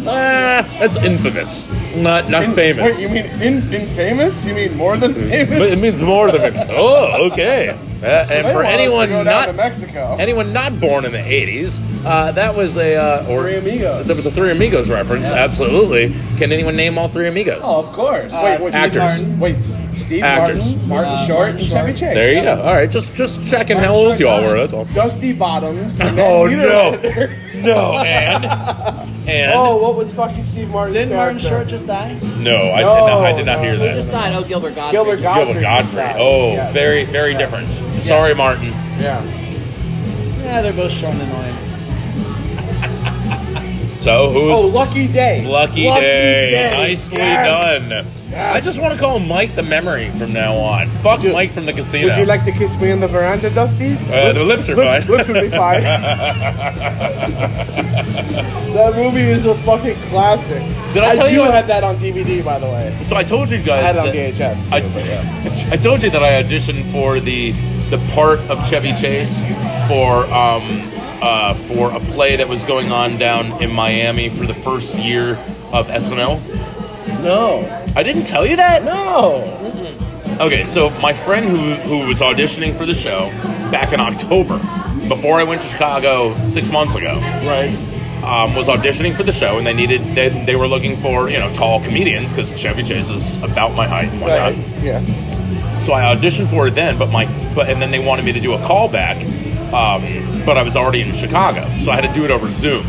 Ah, that's infamous. Not not famous.
Wait, you mean in, in famous? You mean more than famous?
but it means more than famous. Oh, okay. Uh, and
They
for
want us to
anyone
go down to
not
Mexico.
anyone not born in the '80s, uh, that was a uh, or
Three Amigos.
That was a Three Amigos reference. Absolutely. Can anyone name all Three Amigos?
Oh, of course.
Uh,
wait, wait,
Steve
actors.
Martin.
wait, Steve
Actors.
Martin, Martin
Uh,
Short,
Martin
and Chevy
Short.
Chase.
There you go. All right, just just checking how old y'all were. That's all.
Dusty Bottoms. and then
Oh
you
no,
know-
no, and and
Oh, what was fucking Steve Martin's
Didn't Martin
character?
Short just die?
no, I did not. I did not
No,
hear
Who just
that.
died? Oh, Gilbert Godfrey.
Gilbert Godfrey.
Gilbert Godfrey.
Yes.
Oh,
Yes.
very very different. Sorry, Martin.
Yeah.
Yeah, they're both short and annoying.
So who's
Oh, Lucky Day.
Lucky,
Lucky
day.
Day.
Nicely
Yes.
done. I just want to call Mike the memory from now on. Fuck Mike from the casino.
Would you like to kiss me on the veranda, Dusty?
uh, the lips are
Lips,
fine.
lips would be fine. that movie is a fucking classic.
Did I tell
do
you I-
have that on DVD, by the way.
So I told you
I
guys
had it on
that
VHS.
I,
Too, but yeah.
I told you that I auditioned for the the part of Chevy Chase for um, uh, for a play that was going on down in Miami for the first year of SNL.
No,
I didn't tell you that.
no.
Okay, so my friend who who was auditioning for the show back in October, before I went to Chicago six months ago,
Right.
um, was auditioning for the show, and they needed they, they were looking for you know tall comedians because Chevy Chase is about my height and whatnot.
Right. Yeah.
So I auditioned for it then, but my but and then they wanted me to do a callback, um, but I was already in Chicago, so I had to do it over Zoom.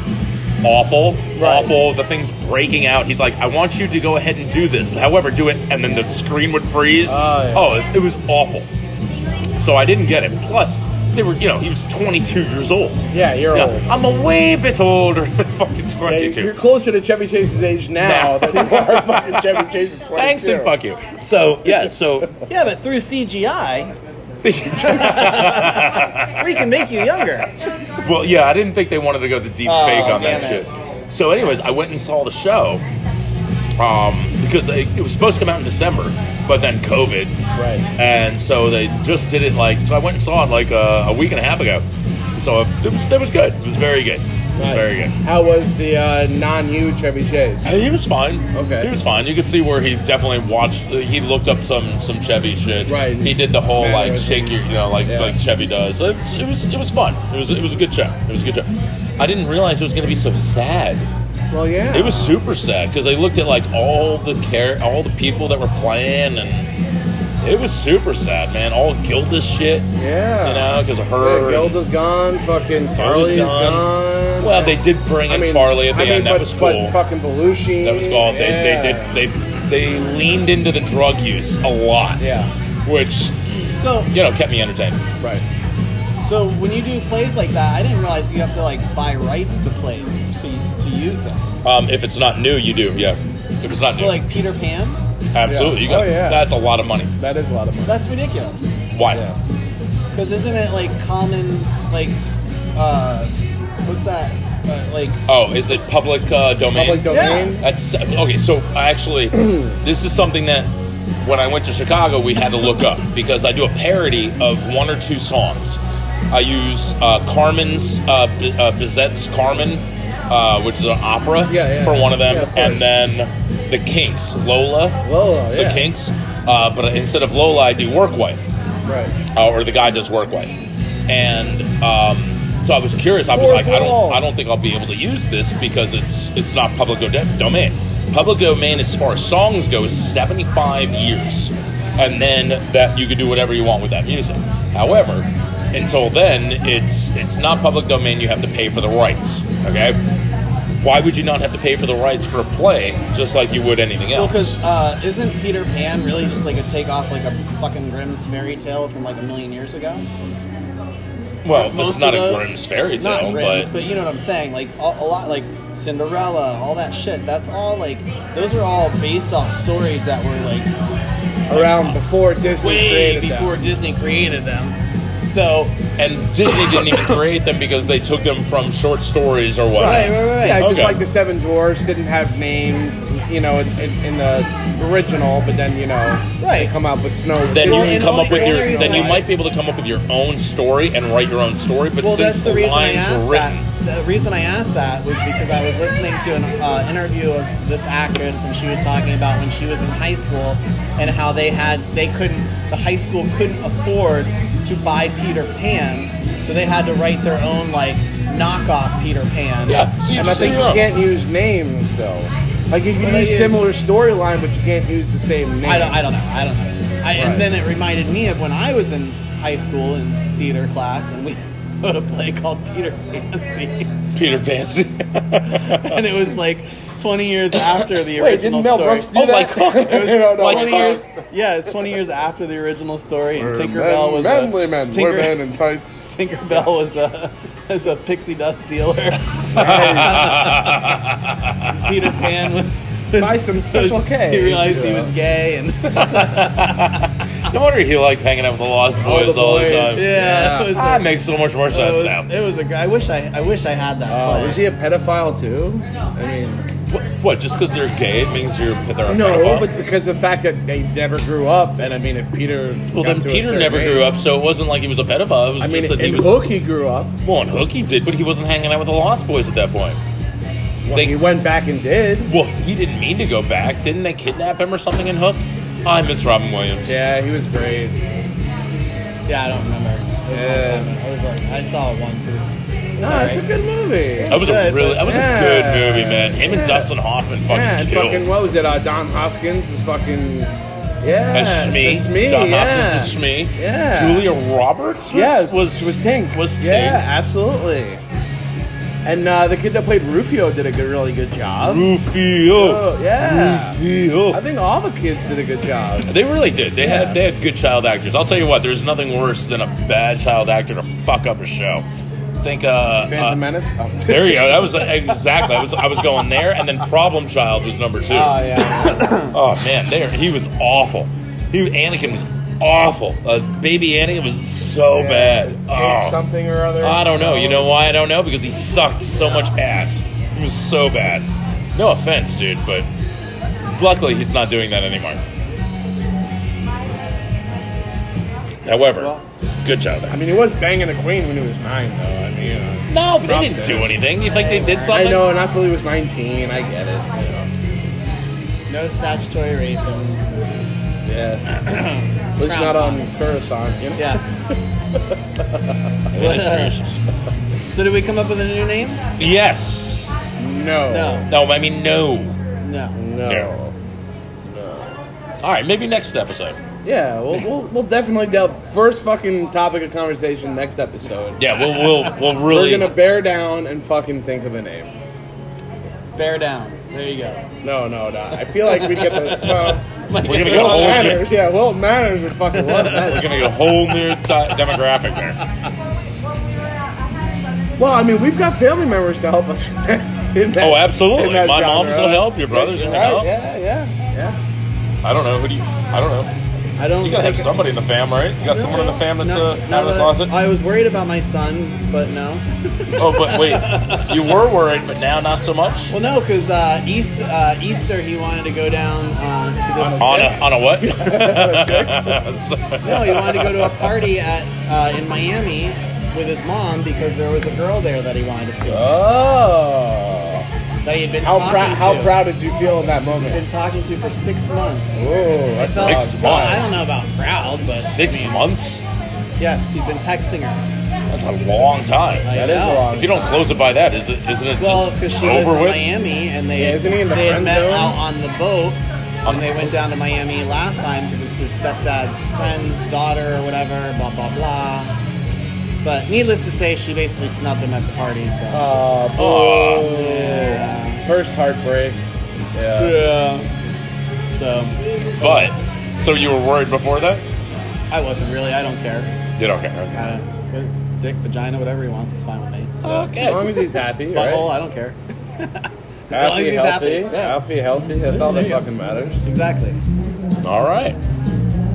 Awful,
Right.
awful. The thing's breaking out. He's like, "I want you to go ahead and do this. However, do it." And then the screen would freeze.
Oh, yeah.
it, was, it was awful. So I didn't get it. Plus, they were you know he was 22 years old.
Yeah, you're
Yeah,
old.
I'm a way bit older than fucking
Yeah,
22.
you're closer to Chevy Chase's age now than you are fucking Chevy Chase. at 22.
Thanks and fuck you. So yeah, so
Yeah, but through CGI, we can make you younger.
Well, yeah, I didn't think they wanted to go the deep
Oh,
fake on that
damn it.
shit. So, anyways, I went and saw the show um, because it, it was supposed to come out in December, but then COVID,
Right.
and so they just did it like. So I went and saw it like uh, a week and a half ago. So it was, it was good. It was very good. It was
Nice.
Very good.
How was the uh, non-you Chevy Chase?
He was fine.
Okay.
He was fine. You could see where he definitely watched. uh, He looked up some some Chevy shit.
Right.
He did the whole
Man,
like
was-
shake your, you know, like
Yeah.
like Chevy does. It was, it was it was fun. It was it was a good show. It was a good show. I didn't realize it was going to be so sad.
Well, yeah.
It was super sad because I looked at like all the care, all the people that were playing, and it was super sad, man. All Gilda's shit,
Yeah.
you know, because of her.
Yeah, Gilda's gone. Fucking Farley's
gone.
gone.
well, they did bring in
I mean,
Farley at the
I mean,
end.
but,
that was cool.
But fucking Belushi.
That was called. They,
yeah.
they did. They they leaned into the drug use a lot,
Yeah.
which
So,
you know kept me entertained.
Right.
so when you do plays like that, I didn't realize you have to like buy rights to plays to, to use them.
Um, if it's not new, you do. Yeah. If it's not new,
For like Peter Pan,
absolutely. You
Yeah.
got,
Oh, yeah.
That's a lot of money.
That is a lot of money.
that's ridiculous.
Why?
Because isn't it like common like uh, what's that uh, like?
Oh, is it public uh, domain?
Public domain.
That's okay. So I actually, this is something that when I went to Chicago, we had to look up because I do a parody of one or two songs. I use uh, Carmen's uh, B- uh, Bizet's Carmen, uh, which is an opera
Yeah, yeah.
for one of them,
Yeah, of
and then the Kinks, Lola,
Lola,
the
yeah.
Kinks. Uh, but instead of Lola, I do Work Wife,
Right.
uh, or the guy does Work Wife, and. Um, so I was curious. I was
Fourth
like, I don't,
wall.
I don't think I'll be able to use this because it's it's not public do- domain. Public domain, as far as songs go, is 75 years, and then that you can do whatever you want with that music. However, until then, it's it's not public domain. You have to pay for the rights. Okay, why would you not have to pay for the rights for a play just like you would anything
Well,
else?
because uh, isn't Peter Pan really just like a takeoff like a fucking Grimm's fairy tale from like a million years ago?
well,
Most
it's not
of
a
those-
Grimm's fairy
not
tale,
Grimm's,
but
but you know what I'm saying. Like a, a lot, like Cinderella, all that shit. That's all like those are all based off stories that were like
Around before Disney
way
created
before Disney created them. So
and Disney didn't even create them because they took them from short stories or what.
right, right,
that.
right.
Yeah,
Okay.
just like the Seven Dwarfs didn't have names, you know, in, in, in the original, but then you know
Right.
they come up with Snow.
then
Well,
you
and
can come
only-
up with
the
your
only reason
then you
why-
might be able to come up with your own story and write your own story but
well,
since
that's the
the
reason I
lines
asked
were written
that. The reason I asked that was because I was listening to an uh, interview of this actress, and she was talking about when she was in high school and how they had they couldn't the high school couldn't afford to buy Peter Pan, so they had to write their own like knockoff Peter Pan.
yeah so you
And I
just
think you
do your own.
can't use names though. Like you can
Well, they
use
use-
similar storyline, but you can't use the same name.
I don't, I don't know. I don't know. I,
Right.
And then it reminded me of when I was in high school in theater class, and we wrote a play called Peter Pansy,
Peter Pansy.
and it was like 20 years after the original
Wait, didn't Mel
story.
Brooks do
Oh my
that?
God.
It was
You know, no,
20
no.
years. Yeah, it's 20 years after the original story, and Tinkerbell
Men-
was
manly
a,
men,
Tinker-
women in tights.
Tinkerbell was a was a pixie dust dealer. Peter Pan was. was
Buy some Special
was-
K.
He realized he was gay, and yeah,
No wonder he liked hanging out with the Lost Boys,
the
all the
boys.
time.
it was.
That
a-
makes so much more
it
sense
was,
now.
it was a. gr- I wish I. I wish I had that.
Oh,
play.
Was he a pedophile too? I mean,
What, what just because they're gay it means you're they're a
no,
pedophile?
but because of the fact that they never grew up, and I mean, if Peter
well, then Peter never grew up, so it wasn't like he was a pedophile. It was
I mean,
just that he
in
was
Hook he grew up.
well, and Hook he did, but he wasn't hanging out with the Lost Boys at that point.
Well,
They-
he went back and did.
Well, he didn't mean to go back. Didn't they kidnap him or something in Hook? I miss Robin Williams.
Yeah, he was great.
Yeah, I don't remember. It
Yeah.
was a long time ago. I was like, I saw it once. It was,
No, it's a good movie.
That was
Good,
a really that was
yeah.
a good movie, man. Him
Yeah.
and Dustin Hoffman fucking
yeah, and
killed.
fucking what was it? Uh, Don Hoskins is fucking yeah.
as Shmi,
As Shmi,
John
yeah.
Hopkins as Shmi,
Yeah.
Julia Roberts was
yeah,
was,
was Tink.
was Tink.
Yeah, absolutely. And uh, the kid that played Rufio did a good, really good job.
Rufio,
Oh, yeah. I
Rufio.
think all the kids did a good job.
They really did. They had they had good child actors. I'll tell you what, there's nothing worse than a bad child actor to fuck up a show. Think uh,
Phantom
uh
Menace. Oh,
there you go. That was exactly. I was I was going there, and then Problem Child was number two.
Oh, yeah.
Oh man, there he was awful. He Anakin was awful. Uh, baby Anakin was so
Change
bad. Oh.
something or other.
I don't know. You know why I don't know? Because he sucked so much ass. He was so bad. No offense, dude, but luckily he's not doing that anymore. However, good job.
I mean, he was banging the queen when he was nine, though. I mean, you know.
No, but they didn't do anything. You think they did
I
something?
know, and until he was 19, I get it.
no statutory rape. And,
Yeah. At least not on Coruscant, you know?
yeah.
Goodness gracious.
So did we come up with a new name?
Yes.
No.
No.
No, I mean no.
No.
No.
No. All right, maybe next episode.
Yeah, we'll, we'll, we'll definitely delve. First fucking topic of conversation next episode.
Yeah, we'll we'll we'll
We're
really.
gonna bear down and fucking think of a name.
Bear down. There you go.
No, no, no. I feel like we'd get the. Well,
We're gonna go
Will
whole di-
Manners, yeah, Will Manners would fucking love that.
We're gonna get a whole new di- demographic there.
Well, I mean, we've got family members to help us. in that,
Oh, absolutely.
in that
My
genre.
mom's will help. Your brother's
Right,
gonna help.
Yeah, yeah.
I don't know. Who do you? I don't know.
I don't.
You gotta have
think-
somebody in the fam, right? You got someone in the fam that's
No,
uh,
no,
out of the
that-
closet.
I was worried about my son, but no.
Oh, but wait, you were worried, but now not so much.
Well, no, because uh, East, uh, Easter he wanted to go down uh, to this.
On a on a what?
No, he wanted to go to a party at uh, in Miami with his mom because there was a girl there that he wanted to see
Oh.
Oh.
that he had been
How,
talking
prou-
to.
how proud did you feel in that moment?
Been talking to for six months.
Oh,
I
that's
felt-
Six
well,
months.
I don't know about proud, but
Six
I mean,
months?
Yes, he'd been texting her.
That's a long time.
I
That is
know.
a long
If you don't close it by that, is it? Isn't it
Well, because
just
she lives
over
in
with?
Miami, and they
Yeah, isn't he in the
they had
friend
met
zone?
out on the boat, and they went down to Miami last time because it's his stepdad's friend's daughter or whatever. Blah blah blah. But needless to say, she basically snubbed him at the party. So
Uh,
Aw.
yeah,
First heartbreak.
yeah. So
But so you were worried before that?
I wasn't really. I don't care.
You don't care.
I don't, dick, vagina, whatever he wants is fine with
Oh,
me.
As long as he's happy,
Butthole,
right?
I don't care. as long as
Happy,
he's
healthy,
happy. Yeah.
happy, healthy. That's all that fucking matters.
Exactly.
All right.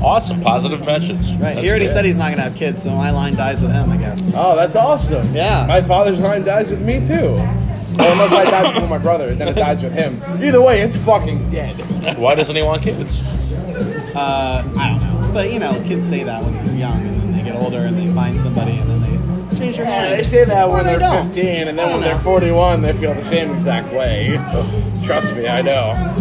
Awesome. Positive mentions.
Right.
That's
he already
good.
said he's not gonna have kids, so my line dies with him, I guess.
Oh, that's awesome.
Yeah.
My father's line dies with me too. Well, unless I die before my brother, then it dies with him. Either way, it's fucking dead.
Why doesn't he want kids?
Uh, I don't know. But you know, kids say that when they're young, and then they get older, and they find somebody, and then they change their mind.
they say that
Or
when
they
they're
don't.
15, and
I
then
don't
when they're
know.
41, they feel the same exact way. Trust me, I know.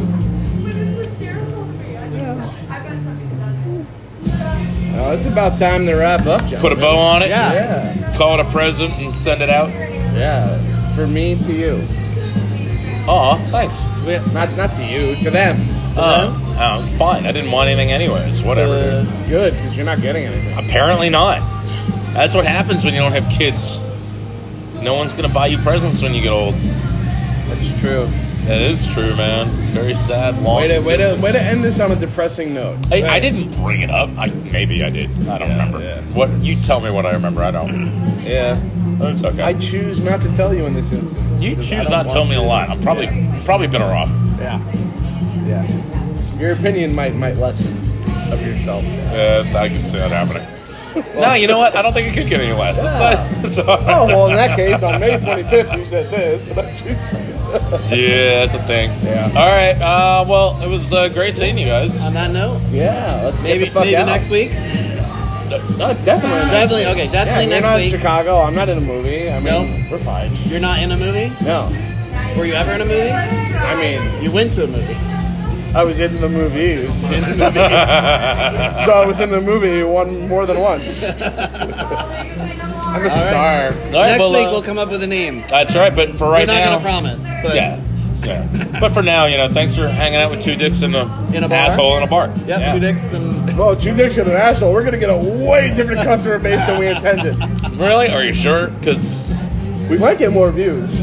Oh, it's about time to wrap up, John.
Put a bow on it.
Yeah.
Yeah,
Call it a present and send it out.
yeah. From me to you.
Aw, thanks.
Not, not to you, to them.
Uh, Uh, fine. I didn't want anything anyways. Whatever. dude.
Uh,
Good, because you're not getting
Uh.
anything.
Apparently not. That's what happens when you don't have kids. No one's gonna buy you presents when you get old.
That's true.
That is true, man. It's very sad. Long
Way to, way, to,
existence.
way to end this on a depressing note.
Hey, I, didn't bring it up. I, maybe I did. I don't remember.
yeah.
What you tell me what I remember. I don't.
Yeah.
It's okay.
I choose not to tell you in this instance.
you
because I
choose
don't
not to tell
want
me a lot. I'm probably probably better off.
to. Your opinion might might lessen of yourself.
Uh, I can see that happening. no, you know what? I don't think it could get any less. It's, uh, it's all right.
Oh well, in that case, on May 25th, you said this. and I choose-
Yeah, that's a thing. Yeah. All right. Uh, well, it was uh, great seeing you guys.
on that note,
Yeah, let's get
maybe
the fuck
maybe
out.
next week.
No, definitely. next
Definitely.
week.
Okay,
Yeah,
definitely
you're not
next
in
week.
Chicago. I'm not in a movie. I mean,
No.
we're fine.
You're not in a movie.
No,
Were you ever in a movie?
I mean,
You went to a movie.
I was in the movies. so I was in the movie one more than once. I'm a star.
All right,
next
well,
week
uh,
we'll come up with a name.
That's right. But for right
We're not
now,
gonna promise, but
yeah, yeah. but for now, you know, thanks for hanging out with two dicks and a,
In a bar?
asshole in a bar.
yep,
yeah.
two dicks and
Well, two dicks and an asshole. We're gonna get a way different customer base than we intended.
Really? Are you sure? Because
We might get more views.